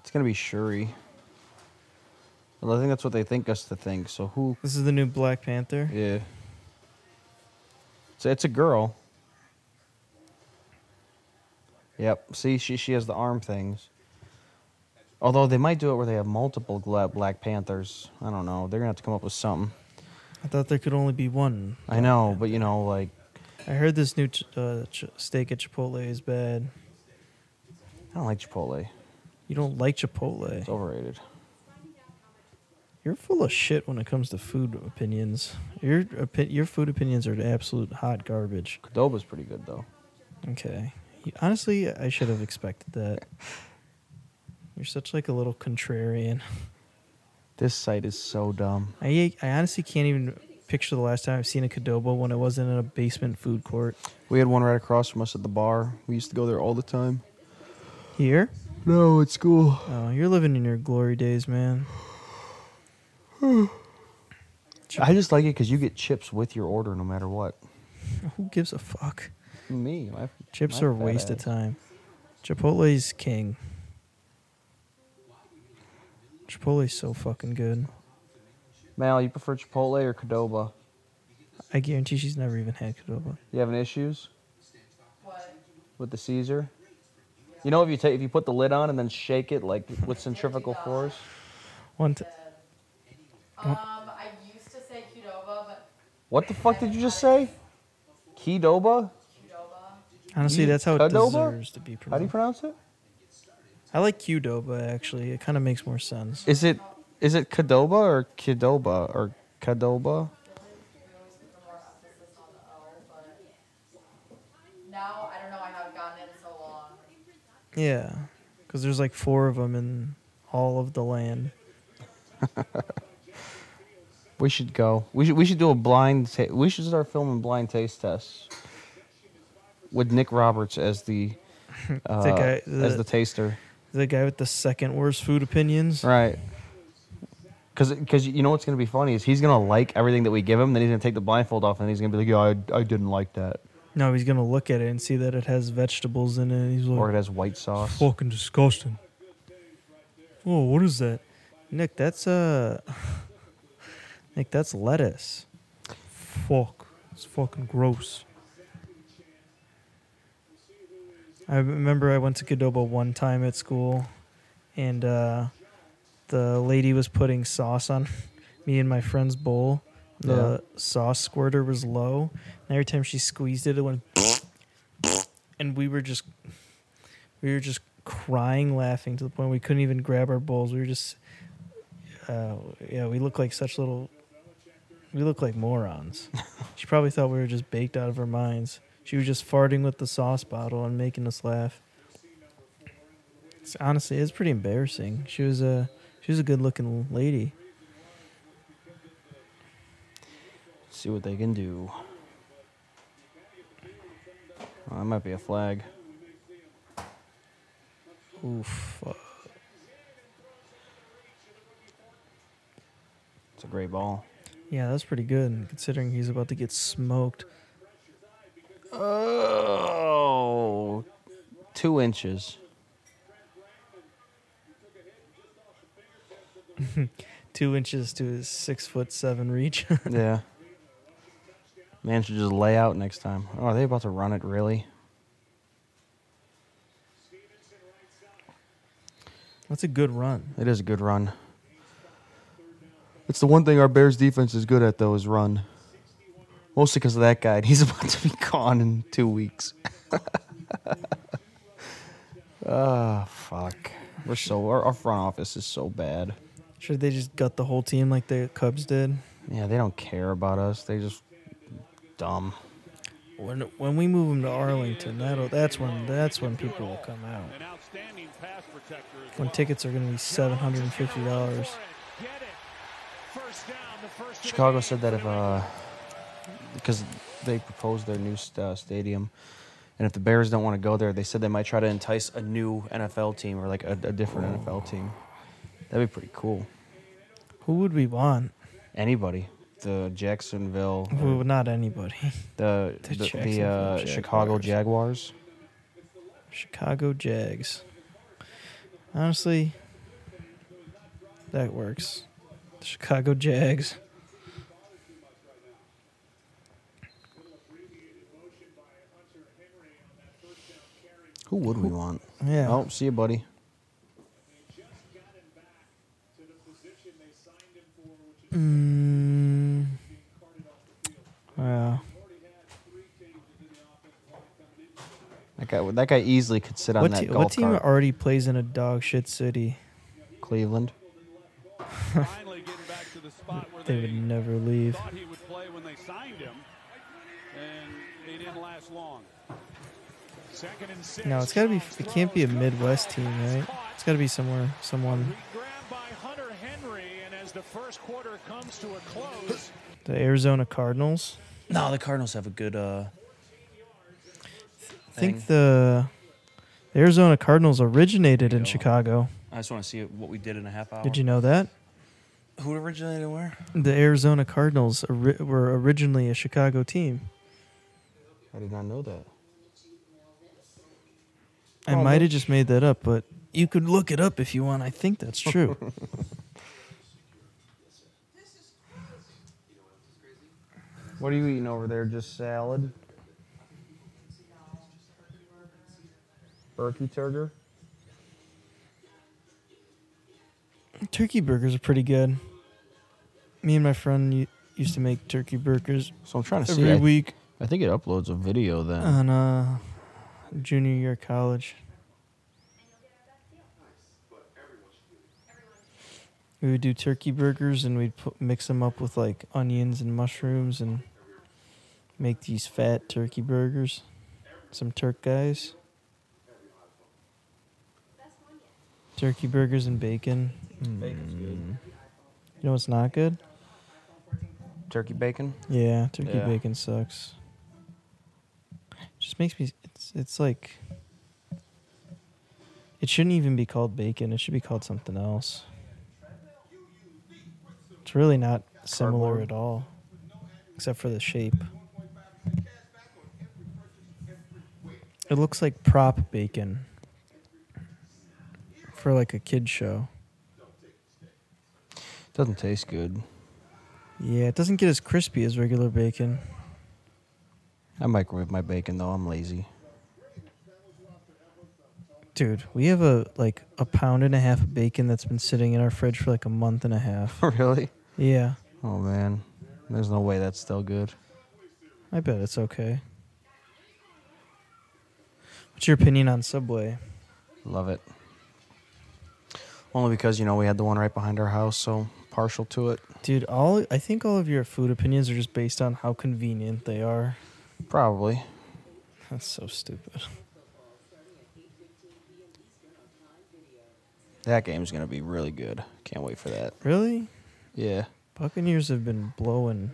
[SPEAKER 1] It's gonna be Shuri. Well, I think that's what they think us to think. So who?
[SPEAKER 2] This is the new Black Panther.
[SPEAKER 1] Yeah. So it's a girl. Yep. See, she she has the arm things. Although they might do it where they have multiple gla- Black Panthers. I don't know. They're gonna have to come up with something.
[SPEAKER 2] I thought there could only be one.
[SPEAKER 1] I know, but you know, like
[SPEAKER 2] I heard this new ch- uh, ch- steak at Chipotle is bad.
[SPEAKER 1] I don't like Chipotle.
[SPEAKER 2] You don't like Chipotle.
[SPEAKER 1] It's overrated.
[SPEAKER 2] You're full of shit when it comes to food opinions. Your opi- your food opinions are absolute hot garbage.
[SPEAKER 1] Cordoba's pretty good though.
[SPEAKER 2] Okay. You- Honestly, I should have expected that. You're such like a little contrarian.
[SPEAKER 1] This site is so dumb.
[SPEAKER 2] I ate- I honestly can't even picture the last time I've seen a Cadoba when it wasn't in a basement food court.
[SPEAKER 1] We had one right across from us at the bar. We used to go there all the time.
[SPEAKER 2] Here?
[SPEAKER 1] No, at school.
[SPEAKER 2] Oh, you're living in your glory days, man.
[SPEAKER 1] I just like it because you get chips with your order no matter what.
[SPEAKER 2] Who gives a fuck?
[SPEAKER 1] Me, my,
[SPEAKER 2] Chips
[SPEAKER 1] my
[SPEAKER 2] are a
[SPEAKER 1] fat
[SPEAKER 2] waste of
[SPEAKER 1] ass.
[SPEAKER 2] time. Chipotle's king. Chipotle's so fucking good.
[SPEAKER 1] Mal, you prefer Chipotle or Cadoba?
[SPEAKER 2] I guarantee she's never even had Cordova.
[SPEAKER 1] You having issues
[SPEAKER 5] What?
[SPEAKER 1] with the Caesar? You know if you take if you put the lid on and then shake it like with centrifugal force.
[SPEAKER 2] One t-
[SPEAKER 5] Um, I used to say Qdoba, but
[SPEAKER 1] What the fuck did you just say? Kidoba?
[SPEAKER 5] Qdoba.
[SPEAKER 2] honestly,
[SPEAKER 1] You-
[SPEAKER 2] that's how it
[SPEAKER 1] Qdoba?
[SPEAKER 2] deserves to be
[SPEAKER 1] How do you
[SPEAKER 2] pronounced.
[SPEAKER 1] pronounce it?
[SPEAKER 2] I like Qdoba actually. It kind of makes more sense.
[SPEAKER 1] Is it is it Cadoba or Kidoba or Cadoba?
[SPEAKER 5] Now I don't know. I haven't gotten it in so long.
[SPEAKER 2] Yeah, because there's like four of them in all of the land.
[SPEAKER 1] We should go. We should we should do a blind. Ta- we should start filming blind taste tests with Nick Roberts as the, uh,
[SPEAKER 2] guy-
[SPEAKER 1] as
[SPEAKER 2] the-
[SPEAKER 1] the taster,
[SPEAKER 2] The guy with the second worst food opinions.
[SPEAKER 1] right? Because because you know what's gonna be funny is he's gonna like everything that we give him. Then he's gonna take the blindfold off and he's gonna be like, "Yeah, I, I didn't like that,"
[SPEAKER 2] No, he's gonna look at it and see that it has vegetables in it. And he's like,
[SPEAKER 1] or it has white sauce.
[SPEAKER 2] Fucking disgusting. Whoa, what is that? Nick, that's uh Nick, that's lettuce. Fuck. It's fucking gross. I remember I went to Cadoba one time at school and uh the lady was putting sauce on me and my friend's bowl. The sauce squirter was low, and every time she squeezed it it went and we were just we were just crying laughing to the point we couldn't even grab our bowls we were just uh, yeah we looked like such little we looked like morons she probably thought we were just baked out of our minds she was just farting with the sauce bottle and making us laugh it's, honestly it's pretty embarrassing she was a she was a good looking lady
[SPEAKER 1] See what they can do. Oh, that might be a flag.
[SPEAKER 2] oof
[SPEAKER 1] uh.
[SPEAKER 2] fuck.
[SPEAKER 1] It's a great ball.
[SPEAKER 2] yeah that's pretty good considering he's about to get smoked
[SPEAKER 1] Oh, two inches.
[SPEAKER 2] two inches to his six foot seven reach
[SPEAKER 1] Yeah. Man should just lay out next time. Oh, are they about to run it really?
[SPEAKER 2] that's a good run
[SPEAKER 1] It is a good run. It's the one thing our Bears defense is good at though is run. Mostly because of that guy. and He's about to be gone in two weeks. Ah, fuck. We're so our, our front office is so bad.
[SPEAKER 2] Should they just gut the whole team like the Cubs did?
[SPEAKER 1] Yeah, they don't care about us. They just dumb.
[SPEAKER 2] When when we move them to Arlington, that'll that's when that's when people will come out.
[SPEAKER 4] An outstanding pass protector as
[SPEAKER 2] When
[SPEAKER 4] well.
[SPEAKER 2] tickets are going to be seven hundred and fifty dollars.
[SPEAKER 4] Get it. First down, the first of the
[SPEAKER 1] Chicago
[SPEAKER 4] game
[SPEAKER 1] said that
[SPEAKER 4] for
[SPEAKER 1] if
[SPEAKER 4] New England.
[SPEAKER 1] uh, because they proposed their new st- uh, stadium, and if the Bears don't want to go there, they said they might try to entice a new NFL team or like a, a different NFL team. That'd be pretty cool.
[SPEAKER 2] Who would we want?
[SPEAKER 1] Anybody, the Jacksonville, or
[SPEAKER 2] Well, not anybody.
[SPEAKER 1] the the,
[SPEAKER 2] The
[SPEAKER 1] the,
[SPEAKER 2] Jacksonville
[SPEAKER 1] uh, Chicago Jaguars.
[SPEAKER 2] Chicago Jags. Honestly, that works. The Chicago Jags.
[SPEAKER 1] Who would we want?
[SPEAKER 2] Yeah.
[SPEAKER 1] Oh, see you, buddy.
[SPEAKER 2] Mm. Wow.
[SPEAKER 1] That guy, that guy easily could sit on
[SPEAKER 2] What,
[SPEAKER 1] that
[SPEAKER 2] te-
[SPEAKER 1] golf
[SPEAKER 2] what team
[SPEAKER 1] cart.
[SPEAKER 2] already plays in a dog shit city?
[SPEAKER 1] Cleveland.
[SPEAKER 4] Finally getting back to the spot where
[SPEAKER 2] They would never leave.
[SPEAKER 4] thought he would play when they signed him, and he didn't last long. Second and six.
[SPEAKER 2] No, it's got to be. It can't be a Midwest team, right? It's got to be somewhere, someone.
[SPEAKER 4] Grabbed by Hunter Henry, and as the first quarter comes to a close,
[SPEAKER 2] The Arizona Cardinals.
[SPEAKER 1] No, the Cardinals have a good. uh
[SPEAKER 2] I think the, the Arizona Cardinals originated in Chicago.
[SPEAKER 1] I just want to see what we did in a half hour.
[SPEAKER 2] Did you know that?
[SPEAKER 1] Who originated where?
[SPEAKER 2] The Arizona Cardinals ori- were originally a Chicago team.
[SPEAKER 1] I did not know that.
[SPEAKER 2] I
[SPEAKER 1] Oh,
[SPEAKER 2] might
[SPEAKER 1] no.
[SPEAKER 2] have just made that up, but you could look it up if you want. I think that's true.
[SPEAKER 1] What are you eating over there? Just salad? Turkey Turger?
[SPEAKER 2] turkey burgers are pretty good. Me and my friend u- used to make turkey burgers
[SPEAKER 1] So I'm trying to see.
[SPEAKER 2] every
[SPEAKER 1] I,
[SPEAKER 2] week
[SPEAKER 1] I think it uploads a video then.
[SPEAKER 2] on uh, junior year of college. We would do turkey burgers and we'd put, mix them up with like onions and mushrooms and make these fat turkey burgers. Some Turk guys. Turkey burgers and bacon.
[SPEAKER 1] Bacon's good.
[SPEAKER 2] You know what's not good?
[SPEAKER 1] Turkey bacon?
[SPEAKER 2] Yeah, turkey
[SPEAKER 1] Yeah.
[SPEAKER 2] bacon sucks. Just makes me. It's it's like. It shouldn't even be called bacon. It should be called something else. It's really not similar
[SPEAKER 1] Cardboard?
[SPEAKER 2] at all, except for the shape. It looks like prop bacon for like a kid show.
[SPEAKER 1] Doesn't taste good.
[SPEAKER 2] Yeah, it doesn't get as crispy as regular bacon.
[SPEAKER 1] I microwave my bacon though. I'm lazy.
[SPEAKER 2] Dude, we have a like a pound and a half of bacon that's been sitting in our fridge for like a month and a half.
[SPEAKER 1] Oh, really?
[SPEAKER 2] yeah,
[SPEAKER 1] Oh man, there's no way that's still good.
[SPEAKER 2] I bet it's okay. What's your opinion on Subway?
[SPEAKER 1] Love it. Only because you know we had the one right behind our house, so partial to it.
[SPEAKER 2] Dude, all I think all of your food opinions are just based on how convenient they are.
[SPEAKER 1] Probably.
[SPEAKER 2] That's so stupid.
[SPEAKER 1] That game's gonna be really good. Can't wait for that.
[SPEAKER 2] Really?
[SPEAKER 1] Yeah.
[SPEAKER 2] Buccaneers have been blowing.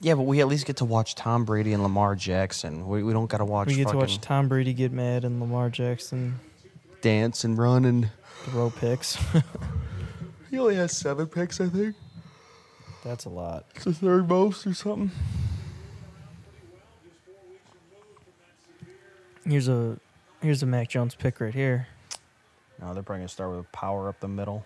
[SPEAKER 1] Yeah, but we at least get to watch Tom Brady and Lamar Jackson. We, we don't gotta watch
[SPEAKER 2] we get to
[SPEAKER 1] fucking
[SPEAKER 2] watch Tom Brady get mad and Lamar Jackson
[SPEAKER 1] dance and run and
[SPEAKER 2] throw picks.
[SPEAKER 1] he only has seven picks, I think.
[SPEAKER 2] that's a lot.
[SPEAKER 1] It's the third most or something.
[SPEAKER 2] Here's a here's a Mac Jones pick right here.
[SPEAKER 1] No, they're probably gonna start with a power up the middle.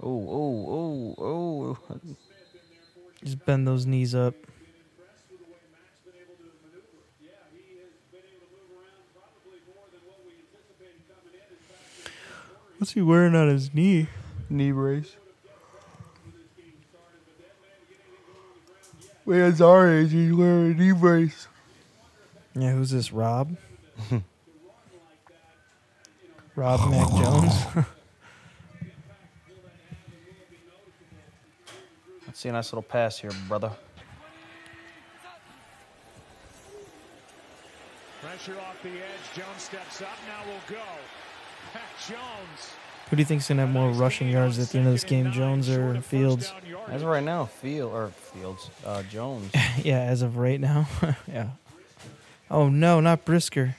[SPEAKER 1] Oh, oh, oh, oh.
[SPEAKER 2] Just bend those knees up. What's he wearing on his knee?
[SPEAKER 1] Knee brace. Man, it's our age, he's wearing a knee brace.
[SPEAKER 2] Yeah, who's this? Rob? Rob Mac Jones?
[SPEAKER 1] Let's see a nice little pass here, brother.
[SPEAKER 4] Pressure off the edge. Jones steps up. Now will go. Pat Jones.
[SPEAKER 2] Who do you think's gonna have more rushing yards at the end of this game, Jones or Fields?
[SPEAKER 1] As of right now, Field or Fields, uh, Jones.
[SPEAKER 2] Yeah, as of right now. yeah. Oh no, not Brisker.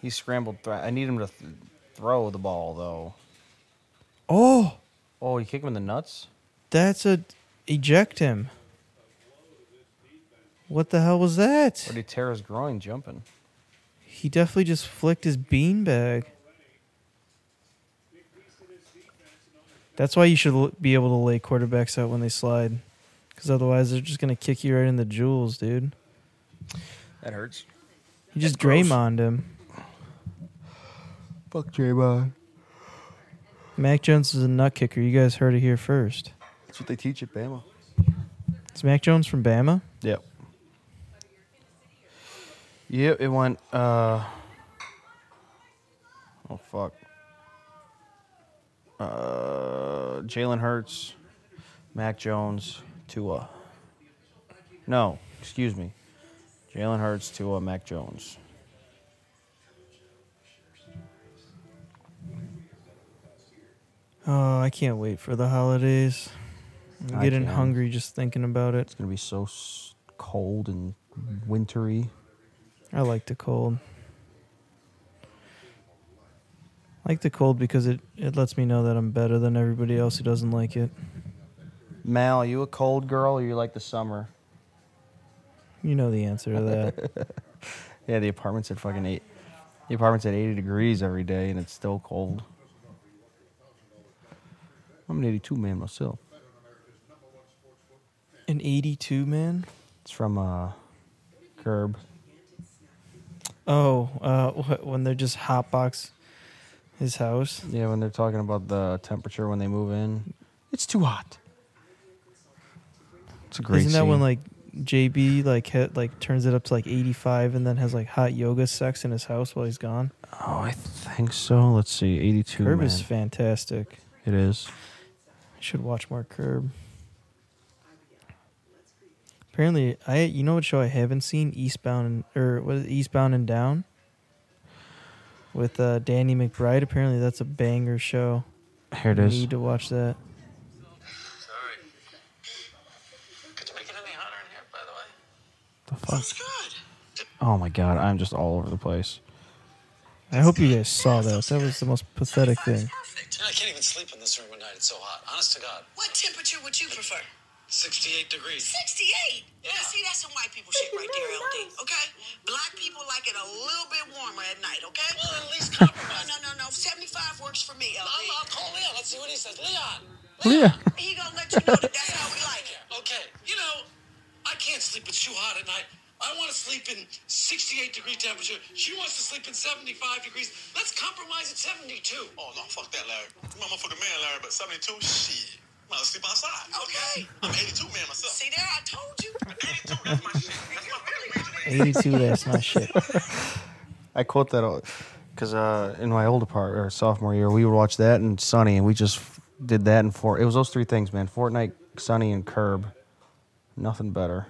[SPEAKER 1] he scrambled. Th- I need him to th- throw the ball though.
[SPEAKER 2] Oh,
[SPEAKER 1] Oh, you kick him in the nuts.
[SPEAKER 2] that's a eject him. What the hell was that?
[SPEAKER 1] Or did he tear his groin jumping?
[SPEAKER 2] He definitely just flicked his beanbag. That's why you should l- be able to lay quarterbacks out when they slide, because otherwise they're just gonna kick you right in the jewels, dude.
[SPEAKER 1] That hurts.
[SPEAKER 2] You just
[SPEAKER 1] gross.
[SPEAKER 2] Draymond him.
[SPEAKER 1] Fuck Draymond.
[SPEAKER 2] Mac Jones is a nut kicker. You guys heard it here first.
[SPEAKER 1] That's what they teach at Bama.
[SPEAKER 2] Is Mac Jones from Bama?
[SPEAKER 1] Yep. Yep, it went. Uh, oh fuck. Uh, Jalen Hurts, Mac Jones, Tua. No, excuse me. Jalen Hurts, Tua, Mac Jones.
[SPEAKER 2] Oh, I can't wait for the holidays. I'm
[SPEAKER 1] I
[SPEAKER 2] getting
[SPEAKER 1] can.
[SPEAKER 2] hungry just thinking about it.
[SPEAKER 1] It's gonna be so s- cold and wintry.
[SPEAKER 2] I like the cold. I like the cold because it, it lets me know that I'm better than everybody else who doesn't like it.
[SPEAKER 1] Mal, are you a cold girl or you like the summer?
[SPEAKER 2] You know the answer to that.
[SPEAKER 1] Yeah, the apartment's at fucking eight. The apartment's at 80 degrees every day and it's still cold. I'm an 82 man myself.
[SPEAKER 2] An 82 man?
[SPEAKER 1] It's from uh, Curb.
[SPEAKER 2] Oh, uh, wh- when they're just hotbox his house.
[SPEAKER 1] Yeah, when they're talking about the temperature when they move in, it's too hot. It's a great.
[SPEAKER 2] Isn't that when
[SPEAKER 1] scene.
[SPEAKER 2] like JB like ha- like turns it up to like 85 and then has like hot yoga sex in his house while he's gone?
[SPEAKER 1] Oh, I think so. Let's see, eighty-two.
[SPEAKER 2] Curb
[SPEAKER 1] man.
[SPEAKER 2] is fantastic.
[SPEAKER 1] it is.
[SPEAKER 2] I should watch more Curb. Apparently, I you know what show I haven't seen Eastbound and or what is it, Eastbound and Down with uh, Danny McBride. Apparently, that's a banger show.
[SPEAKER 1] Here it is.
[SPEAKER 2] Need to watch that.
[SPEAKER 6] Sorry. Could you make it any hotter in here, by the way?
[SPEAKER 1] The fuck?
[SPEAKER 6] good.
[SPEAKER 1] Oh my god, I'm just all over the place.
[SPEAKER 2] I hope you guys saw that. That was the most pathetic thing.
[SPEAKER 6] Perfect. I can't even sleep in this room at night. It's so hot. Honest to God.
[SPEAKER 7] What temperature would you prefer?
[SPEAKER 6] 68 degrees.
[SPEAKER 7] 68.
[SPEAKER 6] Yeah.
[SPEAKER 7] Now, see, that's some white people shit right there, LD. Okay? Black people like it a little bit warmer at night, okay?
[SPEAKER 6] Well, at least
[SPEAKER 7] No,
[SPEAKER 6] compromise.
[SPEAKER 7] no, no, no. 75 works for me, LD.
[SPEAKER 6] I'll, I'll call Leon. Let's see what he says. Leon!
[SPEAKER 1] Yeah.
[SPEAKER 7] He gonna let you know that that's how we like it.
[SPEAKER 6] Okay, you know, I can't sleep. It's too hot at night. I want to sleep in 68 degree temperature. She wants to sleep in 75 degrees. Let's compromise at 72.
[SPEAKER 8] Oh no, fuck that, Larry. I'm a motherfucking man, Larry, but 72, shit. I'm gonna sleep outside.
[SPEAKER 7] Okay.
[SPEAKER 8] I'm 82 man myself.
[SPEAKER 7] See there, I told you.
[SPEAKER 8] 82, that's my shit. That's my fucking major.
[SPEAKER 2] 82. That's not shit.
[SPEAKER 1] I quote that because uh, in my old apartment or sophomore year, we would watch that and Sunny, and we just f- did that and Fort. It was those three things, man: Fortnite, Sunny, and Curb. Nothing better.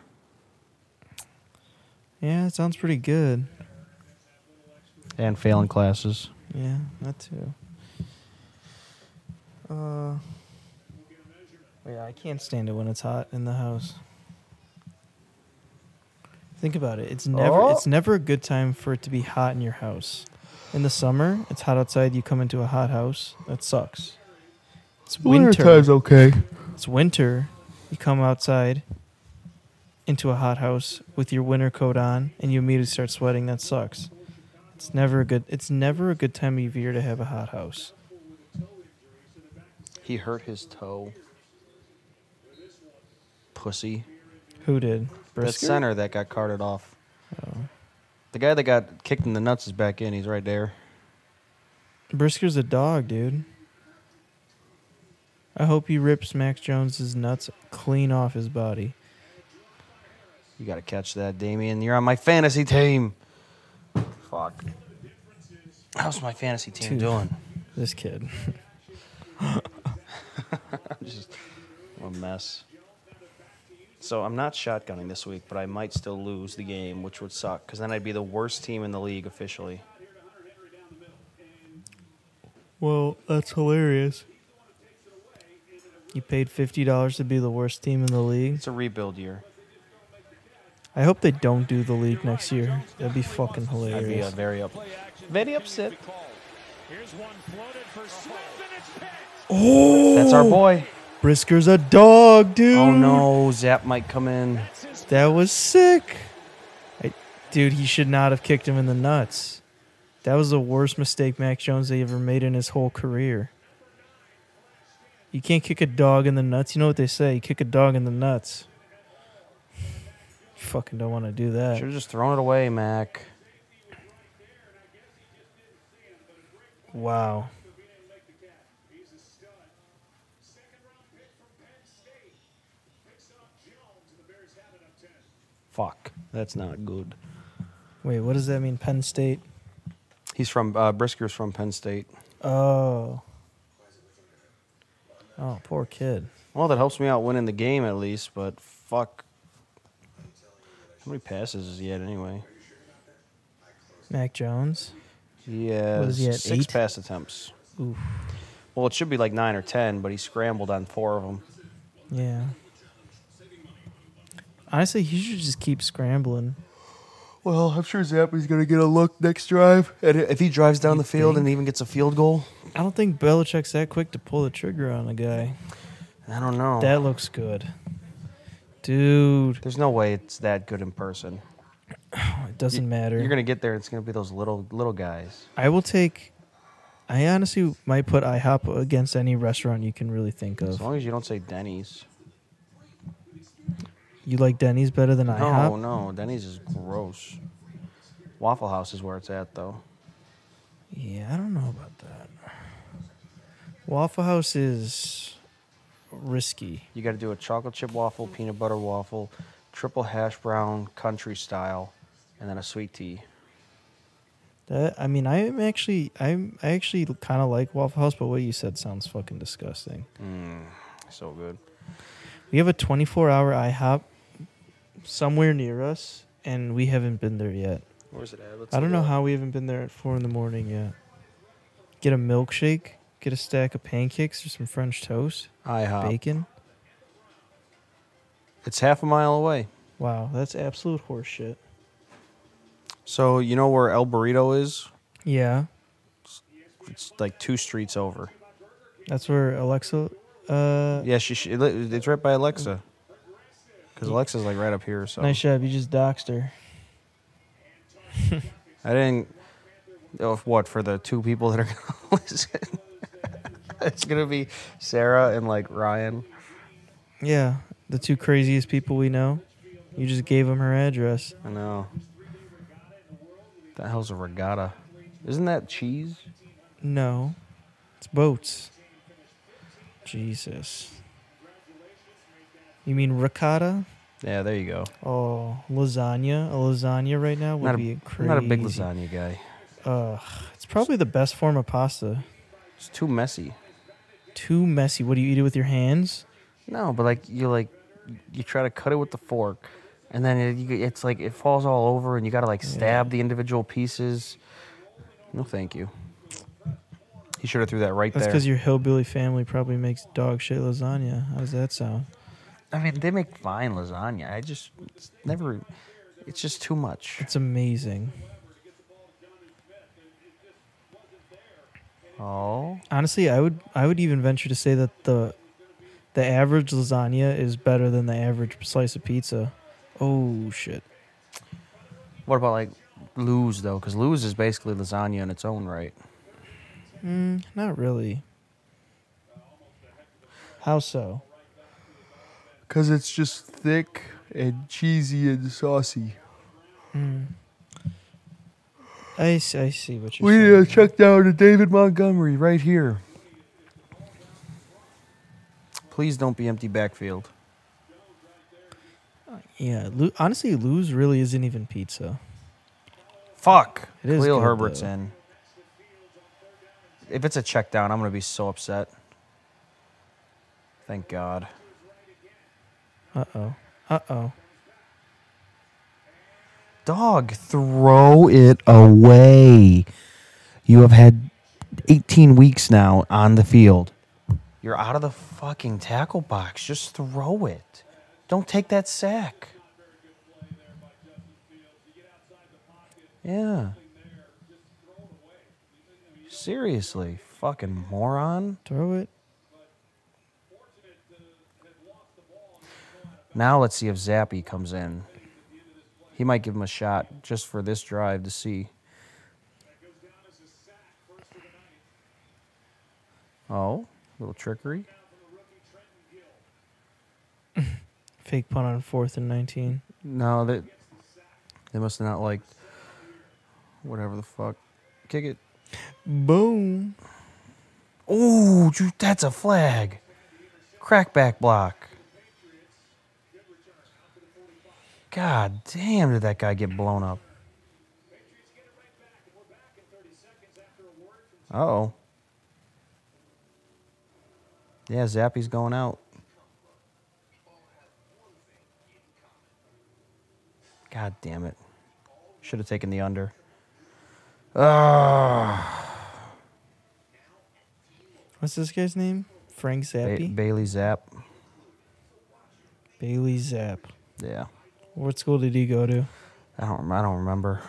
[SPEAKER 2] Yeah, it sounds pretty good.
[SPEAKER 1] And failing classes.
[SPEAKER 2] Yeah, that too. Uh, yeah, I can't stand it when it's hot in the house. Think about it. It's never
[SPEAKER 1] Oh.
[SPEAKER 2] it's never a good time for it to be hot in your house. In the summer, it's hot outside. You come into a hot house. That sucks. It's winter.
[SPEAKER 1] okay.
[SPEAKER 2] It's winter. You come outside into a hot house with your winter coat on, and you immediately start sweating. That sucks. It's never a good. It's never a good time of year to have a hot house.
[SPEAKER 1] He hurt his toe. Pussy.
[SPEAKER 2] Who did?
[SPEAKER 1] The
[SPEAKER 2] Brisker?
[SPEAKER 1] center that got carted off. Oh. The guy that got kicked in the nuts is back in. He's right there.
[SPEAKER 2] Brisker's a dog, dude. I hope he rips Max Jones's nuts clean off his body.
[SPEAKER 1] You got to catch that, Damien. You're on my fantasy team. Fuck. How's my fantasy team
[SPEAKER 2] Dude.
[SPEAKER 1] doing?
[SPEAKER 2] This kid.
[SPEAKER 1] I'm just I'm a mess. So I'm not shotgunning this week, but I might still lose the game, which would suck, because then I'd be the worst team in the league officially.
[SPEAKER 2] Well, that's hilarious. You paid fifty dollars to be the worst team in the league.
[SPEAKER 1] It's a rebuild year.
[SPEAKER 2] I hope they don't do the league next year. That'd be fucking
[SPEAKER 1] I'd be uh,
[SPEAKER 2] hilarious.
[SPEAKER 1] very up.
[SPEAKER 4] Play action
[SPEAKER 1] Very
[SPEAKER 4] continues
[SPEAKER 1] upset.
[SPEAKER 4] to be called. Here's one floated for Smith, and it's picked.
[SPEAKER 2] Oh,
[SPEAKER 1] That's our boy.
[SPEAKER 2] Brisker's a dog, dude.
[SPEAKER 1] Oh no, Zap might come in.
[SPEAKER 4] It's his
[SPEAKER 2] that was sick. I, dude, he should not have kicked him in the nuts. That was the worst mistake Mac Jones they ever made in his whole career. You can't kick a dog in the nuts. You know what they say? You kick a dog in the nuts. Fucking don't want to do that.
[SPEAKER 1] Should have just thrown it away, Mac.
[SPEAKER 2] Wow.
[SPEAKER 1] Fuck, that's not good.
[SPEAKER 2] Wait, what does that mean? Penn State.
[SPEAKER 1] He's from uh, Brisker's from Penn State.
[SPEAKER 2] Oh. Oh, poor kid.
[SPEAKER 1] Well, that helps me out winning the game at least. But fuck, how many passes has he had anyway?
[SPEAKER 2] Mac Jones.
[SPEAKER 1] Yeah,
[SPEAKER 2] What is he at,
[SPEAKER 1] six
[SPEAKER 2] eight?
[SPEAKER 1] pass attempts.
[SPEAKER 2] Oof.
[SPEAKER 1] Well, it should be like nine or ten, but he scrambled on four of them.
[SPEAKER 2] Yeah. Honestly, he should just keep scrambling.
[SPEAKER 1] Well, I'm sure Zappi's going to get a look next drive. And if he drives down the field and even gets a field goal,
[SPEAKER 2] I don't think Belichick's that quick to pull the trigger on a guy.
[SPEAKER 1] I don't know.
[SPEAKER 2] That looks good. Dude,
[SPEAKER 1] There's no way it's that good in person.
[SPEAKER 2] it doesn't matter.
[SPEAKER 1] You're going to get there. It's going to be those little little guys.
[SPEAKER 2] I will take. I honestly might put IHOP against any restaurant you can really think
[SPEAKER 1] As
[SPEAKER 2] of.
[SPEAKER 1] long as you don't say Denny's.
[SPEAKER 2] You like Denny's better than IHOP?
[SPEAKER 1] No, no, Denny's is gross. Waffle House is where it's at, though.
[SPEAKER 2] Yeah, I don't know about that. Waffle House is risky.
[SPEAKER 1] You got to do a chocolate chip waffle, peanut butter waffle, triple hash brown, country style, and then a sweet tea.
[SPEAKER 2] That I mean, I'm actually, I'm I actually kind of like Waffle House, but what you said sounds fucking disgusting.
[SPEAKER 1] So good.
[SPEAKER 2] We have a 24-hour IHOP somewhere near us, and we haven't been there yet.
[SPEAKER 1] Where's it at?
[SPEAKER 2] I don't know how we haven't been there at four in the morning yet. Get a milkshake, get a stack of pancakes or some French toast,
[SPEAKER 1] IHOP.
[SPEAKER 2] bacon.
[SPEAKER 1] It's half a mile away.
[SPEAKER 2] Wow, that's absolute horseshit.
[SPEAKER 1] So you know where El Burrito is?
[SPEAKER 2] Yeah,
[SPEAKER 1] It's like two streets over.
[SPEAKER 2] that's where Alexa. Uh,
[SPEAKER 1] Yeah, she, she it- it's right by Alexa. Because Alexa's like right up here. So
[SPEAKER 2] Nice job. You just doxed her.
[SPEAKER 1] I didn't. Oh, what for the two people that are gonna listen? it's gonna be Sarah and like Ryan.
[SPEAKER 2] Yeah, the two craziest people we know. You just gave them her address.
[SPEAKER 1] I know. The hell's a regatta? Isn't that cheese?
[SPEAKER 2] No, it's boats. Jesus. You mean ricotta?
[SPEAKER 1] Yeah, there you go.
[SPEAKER 2] Oh, lasagna. A lasagna right now would
[SPEAKER 1] Not
[SPEAKER 2] be
[SPEAKER 1] a,
[SPEAKER 2] crazy.
[SPEAKER 1] I'm not a big lasagna guy.
[SPEAKER 2] Ugh, it's probably the best form of pasta.
[SPEAKER 1] It's too messy.
[SPEAKER 2] Too messy. What do you eat it with your hands?
[SPEAKER 1] No, but like you like you try to cut it with the fork, and then it, you, it's like it falls all over, and you gotta like stab the individual pieces. No, thank you. He should have threw that right
[SPEAKER 2] That's
[SPEAKER 1] there.
[SPEAKER 2] because your hillbilly family probably makes dog shit lasagna. How does that sound?
[SPEAKER 1] I mean, they make fine lasagna. I just it's never. It's just too much.
[SPEAKER 2] It's amazing.
[SPEAKER 1] Oh,
[SPEAKER 2] Honestly, I would I would even venture to say that the the average lasagna is better than the average slice of pizza. Oh shit.
[SPEAKER 1] what about like Lou's though? Because Lou's is basically lasagna in its own right.
[SPEAKER 2] Not really. How so?
[SPEAKER 1] Because it's just thick and cheesy and saucy.
[SPEAKER 2] I, s- I see what you're
[SPEAKER 1] We need
[SPEAKER 2] saying.
[SPEAKER 1] to check down to David Montgomery right here. Please don't be empty backfield.
[SPEAKER 2] Yeah, Lou, honestly, Lou's really isn't even pizza.
[SPEAKER 1] Fuck.
[SPEAKER 2] It is
[SPEAKER 1] Khalil
[SPEAKER 2] good,
[SPEAKER 1] Herbert's
[SPEAKER 2] though.
[SPEAKER 1] in. If it's a check down, I'm going to be so upset. Thank God.
[SPEAKER 2] Uh oh. Uh oh.
[SPEAKER 1] Dog, throw it away. You have had 18 weeks now on the field. You're out of the fucking tackle box. Just throw it. Don't take that sack. Yeah. Seriously, fucking moron.
[SPEAKER 2] Throw it.
[SPEAKER 1] Now let's see if Zappy comes in. He might give him a shot just for this drive to see. Oh, little trickery.
[SPEAKER 2] Fake punt on fourth and 19.
[SPEAKER 1] No, that they must have not liked whatever the fuck. Kick it.
[SPEAKER 2] Boom.
[SPEAKER 1] Ooh, ju- that's a flag. Crackback block. God damn, did that guy get blown up? Uh oh. Yeah, Zappy's going out. God damn it. Should have taken the under. Ah,
[SPEAKER 2] What's this guy's name? Frank
[SPEAKER 1] Ba-
[SPEAKER 2] Zappi?
[SPEAKER 1] Bailey Zap.
[SPEAKER 2] Bailey Zapp.
[SPEAKER 1] Yeah.
[SPEAKER 2] What school did he go to?
[SPEAKER 1] I don't. I don't remember.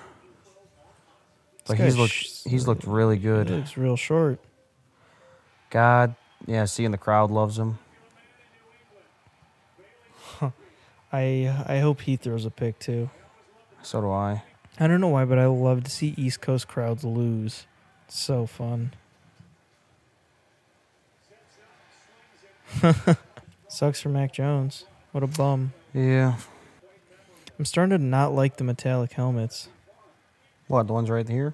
[SPEAKER 1] But
[SPEAKER 2] guy
[SPEAKER 1] he's looked.
[SPEAKER 2] sh-
[SPEAKER 1] He's looked really good.
[SPEAKER 2] He looks real short.
[SPEAKER 1] God, yeah. Seeing the crowd loves him.
[SPEAKER 2] I I hope he throws a pick too.
[SPEAKER 1] So do I.
[SPEAKER 2] I don't know why, but I love to see East Coast crowds lose. It's so fun. Sucks for Mac Jones. What a bum.
[SPEAKER 1] Yeah.
[SPEAKER 2] I'm starting to not like the metallic helmets.
[SPEAKER 1] What the ones right here?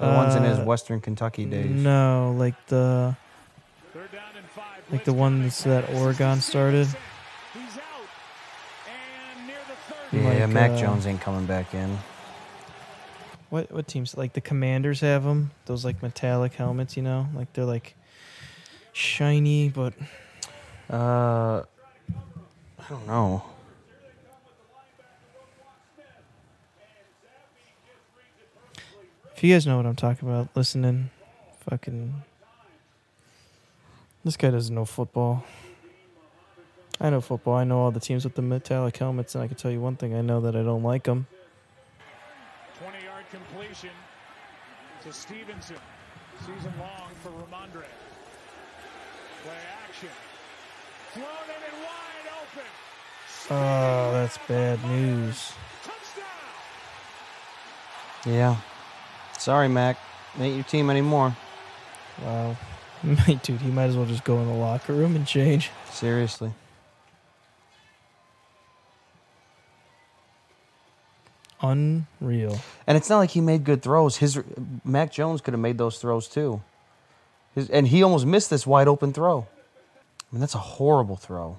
[SPEAKER 1] Or the ones in his
[SPEAKER 2] Uh,
[SPEAKER 1] Western Kentucky days.
[SPEAKER 2] No, like the
[SPEAKER 4] Third down and five.
[SPEAKER 2] like the one that's that Oregon started.
[SPEAKER 4] He's out. And near the 30.
[SPEAKER 1] Yeah,
[SPEAKER 2] like,
[SPEAKER 1] Mac
[SPEAKER 2] uh,
[SPEAKER 1] Jones ain't coming back in.
[SPEAKER 2] What what teams like the Commanders have them? Those like metallic helmets, you know, like they're like shiny, but
[SPEAKER 1] Uh, I don't know.
[SPEAKER 2] If you guys know what I'm talking about, listening, fucking. This guy doesn't know football. I know football. I know all the teams with the metallic helmets, and I can tell you one thing: I know that I don't like them.
[SPEAKER 4] 20 yard completion to Stevenson. Season long for Ramondre. Play action. Floated and wide open.
[SPEAKER 2] Oh, that's bad news.
[SPEAKER 4] Touchdown.
[SPEAKER 1] Yeah. Sorry, Mac. Ain't your team anymore.
[SPEAKER 2] Wow, Mate, dude, he might as well just go in the locker room and change.
[SPEAKER 1] Seriously.
[SPEAKER 2] Unreal.
[SPEAKER 1] And it's not like he made good throws. His Mac Jones could have made those throws too. His, and he almost missed this wide open throw. I mean, that's a horrible throw.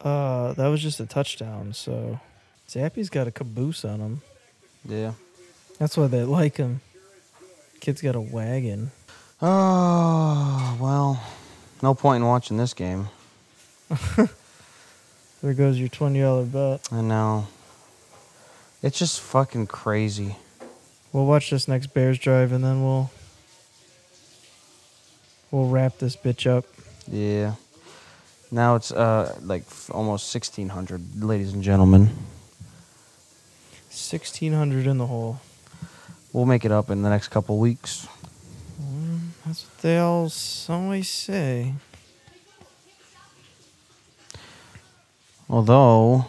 [SPEAKER 2] Uh, that was just a touchdown. So, Zappy's got a caboose on him.
[SPEAKER 1] Yeah.
[SPEAKER 2] That's why they like him. Kid's got a wagon.
[SPEAKER 1] Oh well, no point in watching this game.
[SPEAKER 2] There goes your twenty dollar bet.
[SPEAKER 1] I know. It's just fucking crazy.
[SPEAKER 2] We'll watch this next Bears drive and then we'll we'll wrap this bitch up.
[SPEAKER 1] Yeah. Now it's uh like f- almost sixteen hundred, ladies and gentlemen.
[SPEAKER 2] Sixteen hundred in the hole.
[SPEAKER 1] We'll make it up in the next couple weeks.
[SPEAKER 2] That's what they all s- always say.
[SPEAKER 1] Although,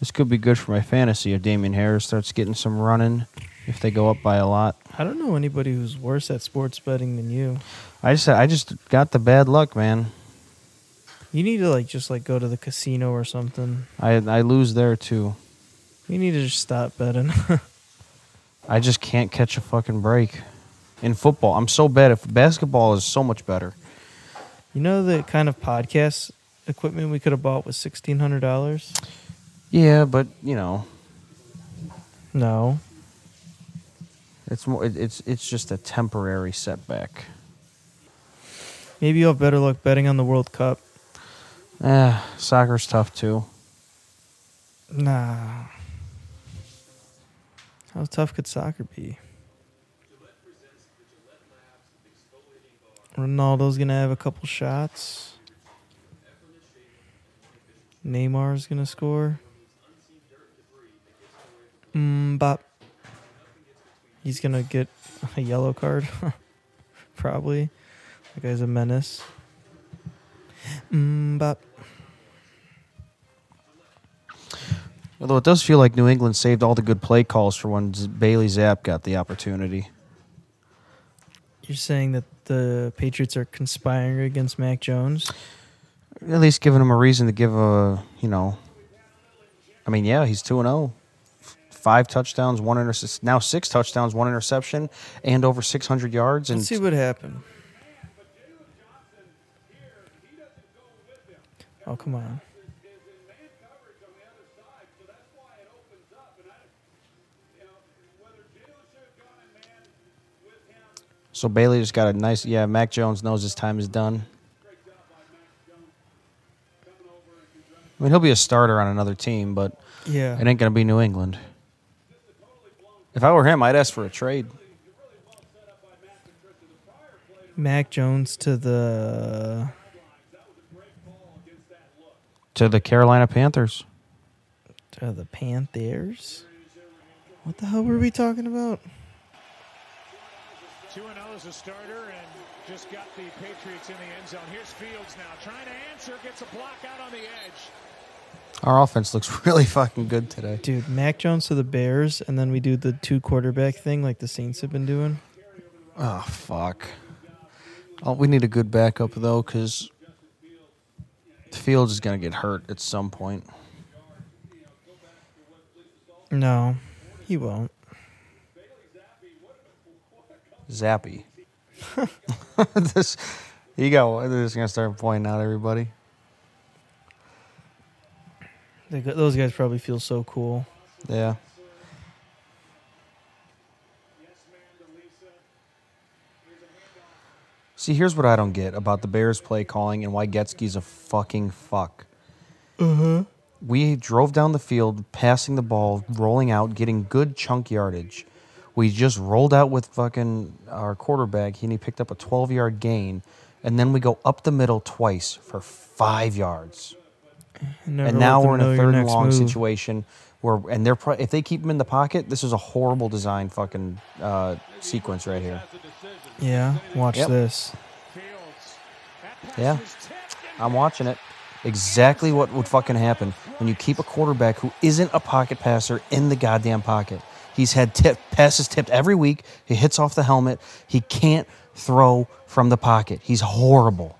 [SPEAKER 1] this could be good for my fantasy if Damian Harris starts getting some running, if they go up by a lot.
[SPEAKER 2] I don't know anybody who's worse at sports betting than you.
[SPEAKER 1] I just I just got the bad luck, man.
[SPEAKER 2] You need to like just like go to the casino or something.
[SPEAKER 1] I I lose there too.
[SPEAKER 2] You need to just stop betting.
[SPEAKER 1] I just can't catch a fucking break. In football, I'm so bad. If basketball is so much better.
[SPEAKER 2] you know the kind of podcast equipment we could have bought with sixteen hundred dollars?
[SPEAKER 1] Yeah, but you know,
[SPEAKER 2] No.
[SPEAKER 1] it's more. It, it's it's just a temporary setback.
[SPEAKER 2] Maybe you'll have better luck betting on the World Cup.
[SPEAKER 1] Eh, soccer's tough too.
[SPEAKER 2] Nah. How tough could soccer be? Ronaldo's gonna have a couple shots. Neymar's gonna score. Mbop. He's gonna get a yellow card, probably. That guy's a menace. Mbop.
[SPEAKER 1] Although it does feel like New England saved all the good play calls for when Z- Bailey Zapp got the opportunity.
[SPEAKER 2] You're saying that the Patriots are conspiring against Mac Jones?
[SPEAKER 1] At least giving him a reason to give a you know. I mean, yeah, he's two and zero. Five touchdowns, one interception. Now six touchdowns, one interception, and over six hundred yards. And
[SPEAKER 2] Let's see what happened. Oh come on!
[SPEAKER 1] so Bailey just got a nice. Yeah, Mac Jones knows his time is done. I mean, he'll be a starter on another team, but
[SPEAKER 2] Yeah,
[SPEAKER 1] It ain't gonna be New England. If I were him, I'd ask for a trade.
[SPEAKER 2] Mac Jones to the
[SPEAKER 1] To the Carolina Panthers.
[SPEAKER 2] are the Panthers. What the hell were we talking about?
[SPEAKER 4] 2 0 as a starter and just got the Patriots in the end zone. Here's Fields now trying to answer, gets a block out on the edge.
[SPEAKER 1] Our offense looks really fucking good today.
[SPEAKER 2] Dude, Mac Jones to the Bears, and then we do the two quarterback thing like the Saints have been doing.
[SPEAKER 1] Oh fuck. Oh, we need a good backup though, because Fields is gonna get hurt at some point.
[SPEAKER 2] No, he won't.
[SPEAKER 1] Zappy. this, you go. They're just gonna start pointing out everybody.
[SPEAKER 2] They go- Those guys probably feel so cool.
[SPEAKER 1] Yeah. See, here's what I don't get about the Bears play calling and why Getsky's a fucking fuck. Uh-huh. We drove down the field, passing the ball, rolling out, getting good chunk yardage. We just rolled out with fucking our quarterback, and he picked up a 12 yard gain. And then we go up the middle twice for five yards
[SPEAKER 2] never
[SPEAKER 1] and
[SPEAKER 2] let
[SPEAKER 1] now
[SPEAKER 2] them
[SPEAKER 1] we're in
[SPEAKER 2] know
[SPEAKER 1] a
[SPEAKER 2] your
[SPEAKER 1] third and
[SPEAKER 2] next
[SPEAKER 1] long
[SPEAKER 2] move.
[SPEAKER 1] situation where and they're pro- if they keep him in the pocket, this is a horrible design fucking uh, sequence right here.
[SPEAKER 2] Yeah, watch
[SPEAKER 1] Yep.
[SPEAKER 2] this.
[SPEAKER 4] Fields. That pass
[SPEAKER 1] Yeah.
[SPEAKER 4] was tipped and
[SPEAKER 1] I'm watching it. Exactly what would fucking happen when you keep a quarterback who isn't a pocket passer in the goddamn pocket. He's had tip, passes tipped every week. He hits off the helmet. He can't throw from the pocket. He's horrible.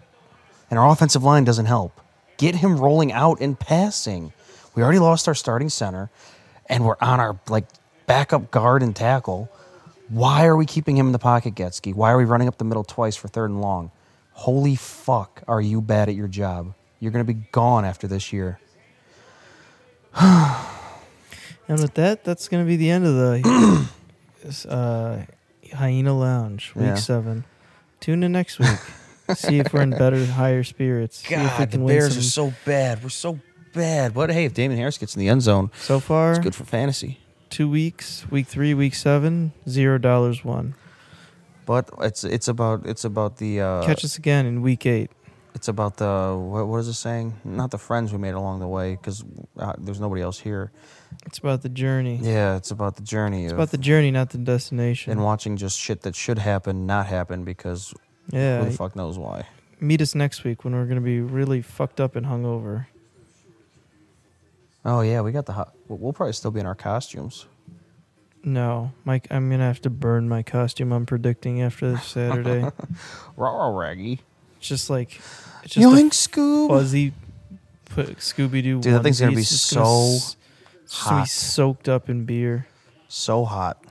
[SPEAKER 1] And our offensive line doesn't help. Get him rolling out and passing. We already lost our starting center and we're on our like backup guard and tackle. Why are we keeping him in the pocket, Getsky? Why are we running up the middle twice for third and long? Holy fuck, are you bad at your job? You're going to be gone after this year.
[SPEAKER 2] And with that, that's going to be the end of the uh, Hyena Lounge, week
[SPEAKER 1] Yeah.
[SPEAKER 2] seven. Tune in next week. See if we're in better, higher spirits. See if we can win some-
[SPEAKER 1] so bad. We're so bad. But hey, if Damon Harris gets in the end zone,
[SPEAKER 2] so far.
[SPEAKER 1] it's good for fantasy.
[SPEAKER 2] Two weeks, week three, week seven, zero dollars won.
[SPEAKER 1] But it's it's about it's about the uh,
[SPEAKER 2] Catch us again in week eight.
[SPEAKER 1] It's about the what, what is it saying? Not the friends we made along the way because uh, there's nobody else here.
[SPEAKER 2] It's about the journey.
[SPEAKER 1] Yeah, it's about the journey.
[SPEAKER 2] It's
[SPEAKER 1] of,
[SPEAKER 2] about the journey, not the destination.
[SPEAKER 1] and watching just shit that should happen not happen because who
[SPEAKER 2] yeah.
[SPEAKER 1] the fuck knows why.
[SPEAKER 2] Meet us next week when we're gonna be really fucked up and hungover.
[SPEAKER 1] Oh yeah, we got the hot. We'll we'll probably still be in our costumes.
[SPEAKER 2] No, Mike, I'm gonna have to burn my costume. I'm predicting after this Saturday.
[SPEAKER 1] Raw raggy.
[SPEAKER 2] It's just like, it's just
[SPEAKER 1] Yoink
[SPEAKER 2] a
[SPEAKER 1] Scoob.
[SPEAKER 2] fuzzy Scooby Doo.
[SPEAKER 1] Dude, that thing's gonna be so
[SPEAKER 2] gonna be
[SPEAKER 1] hot.
[SPEAKER 2] soaked up in beer.
[SPEAKER 1] So hot.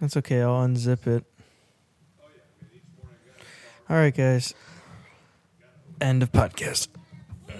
[SPEAKER 2] That's okay. I'll unzip it. All right, guys. End of podcast.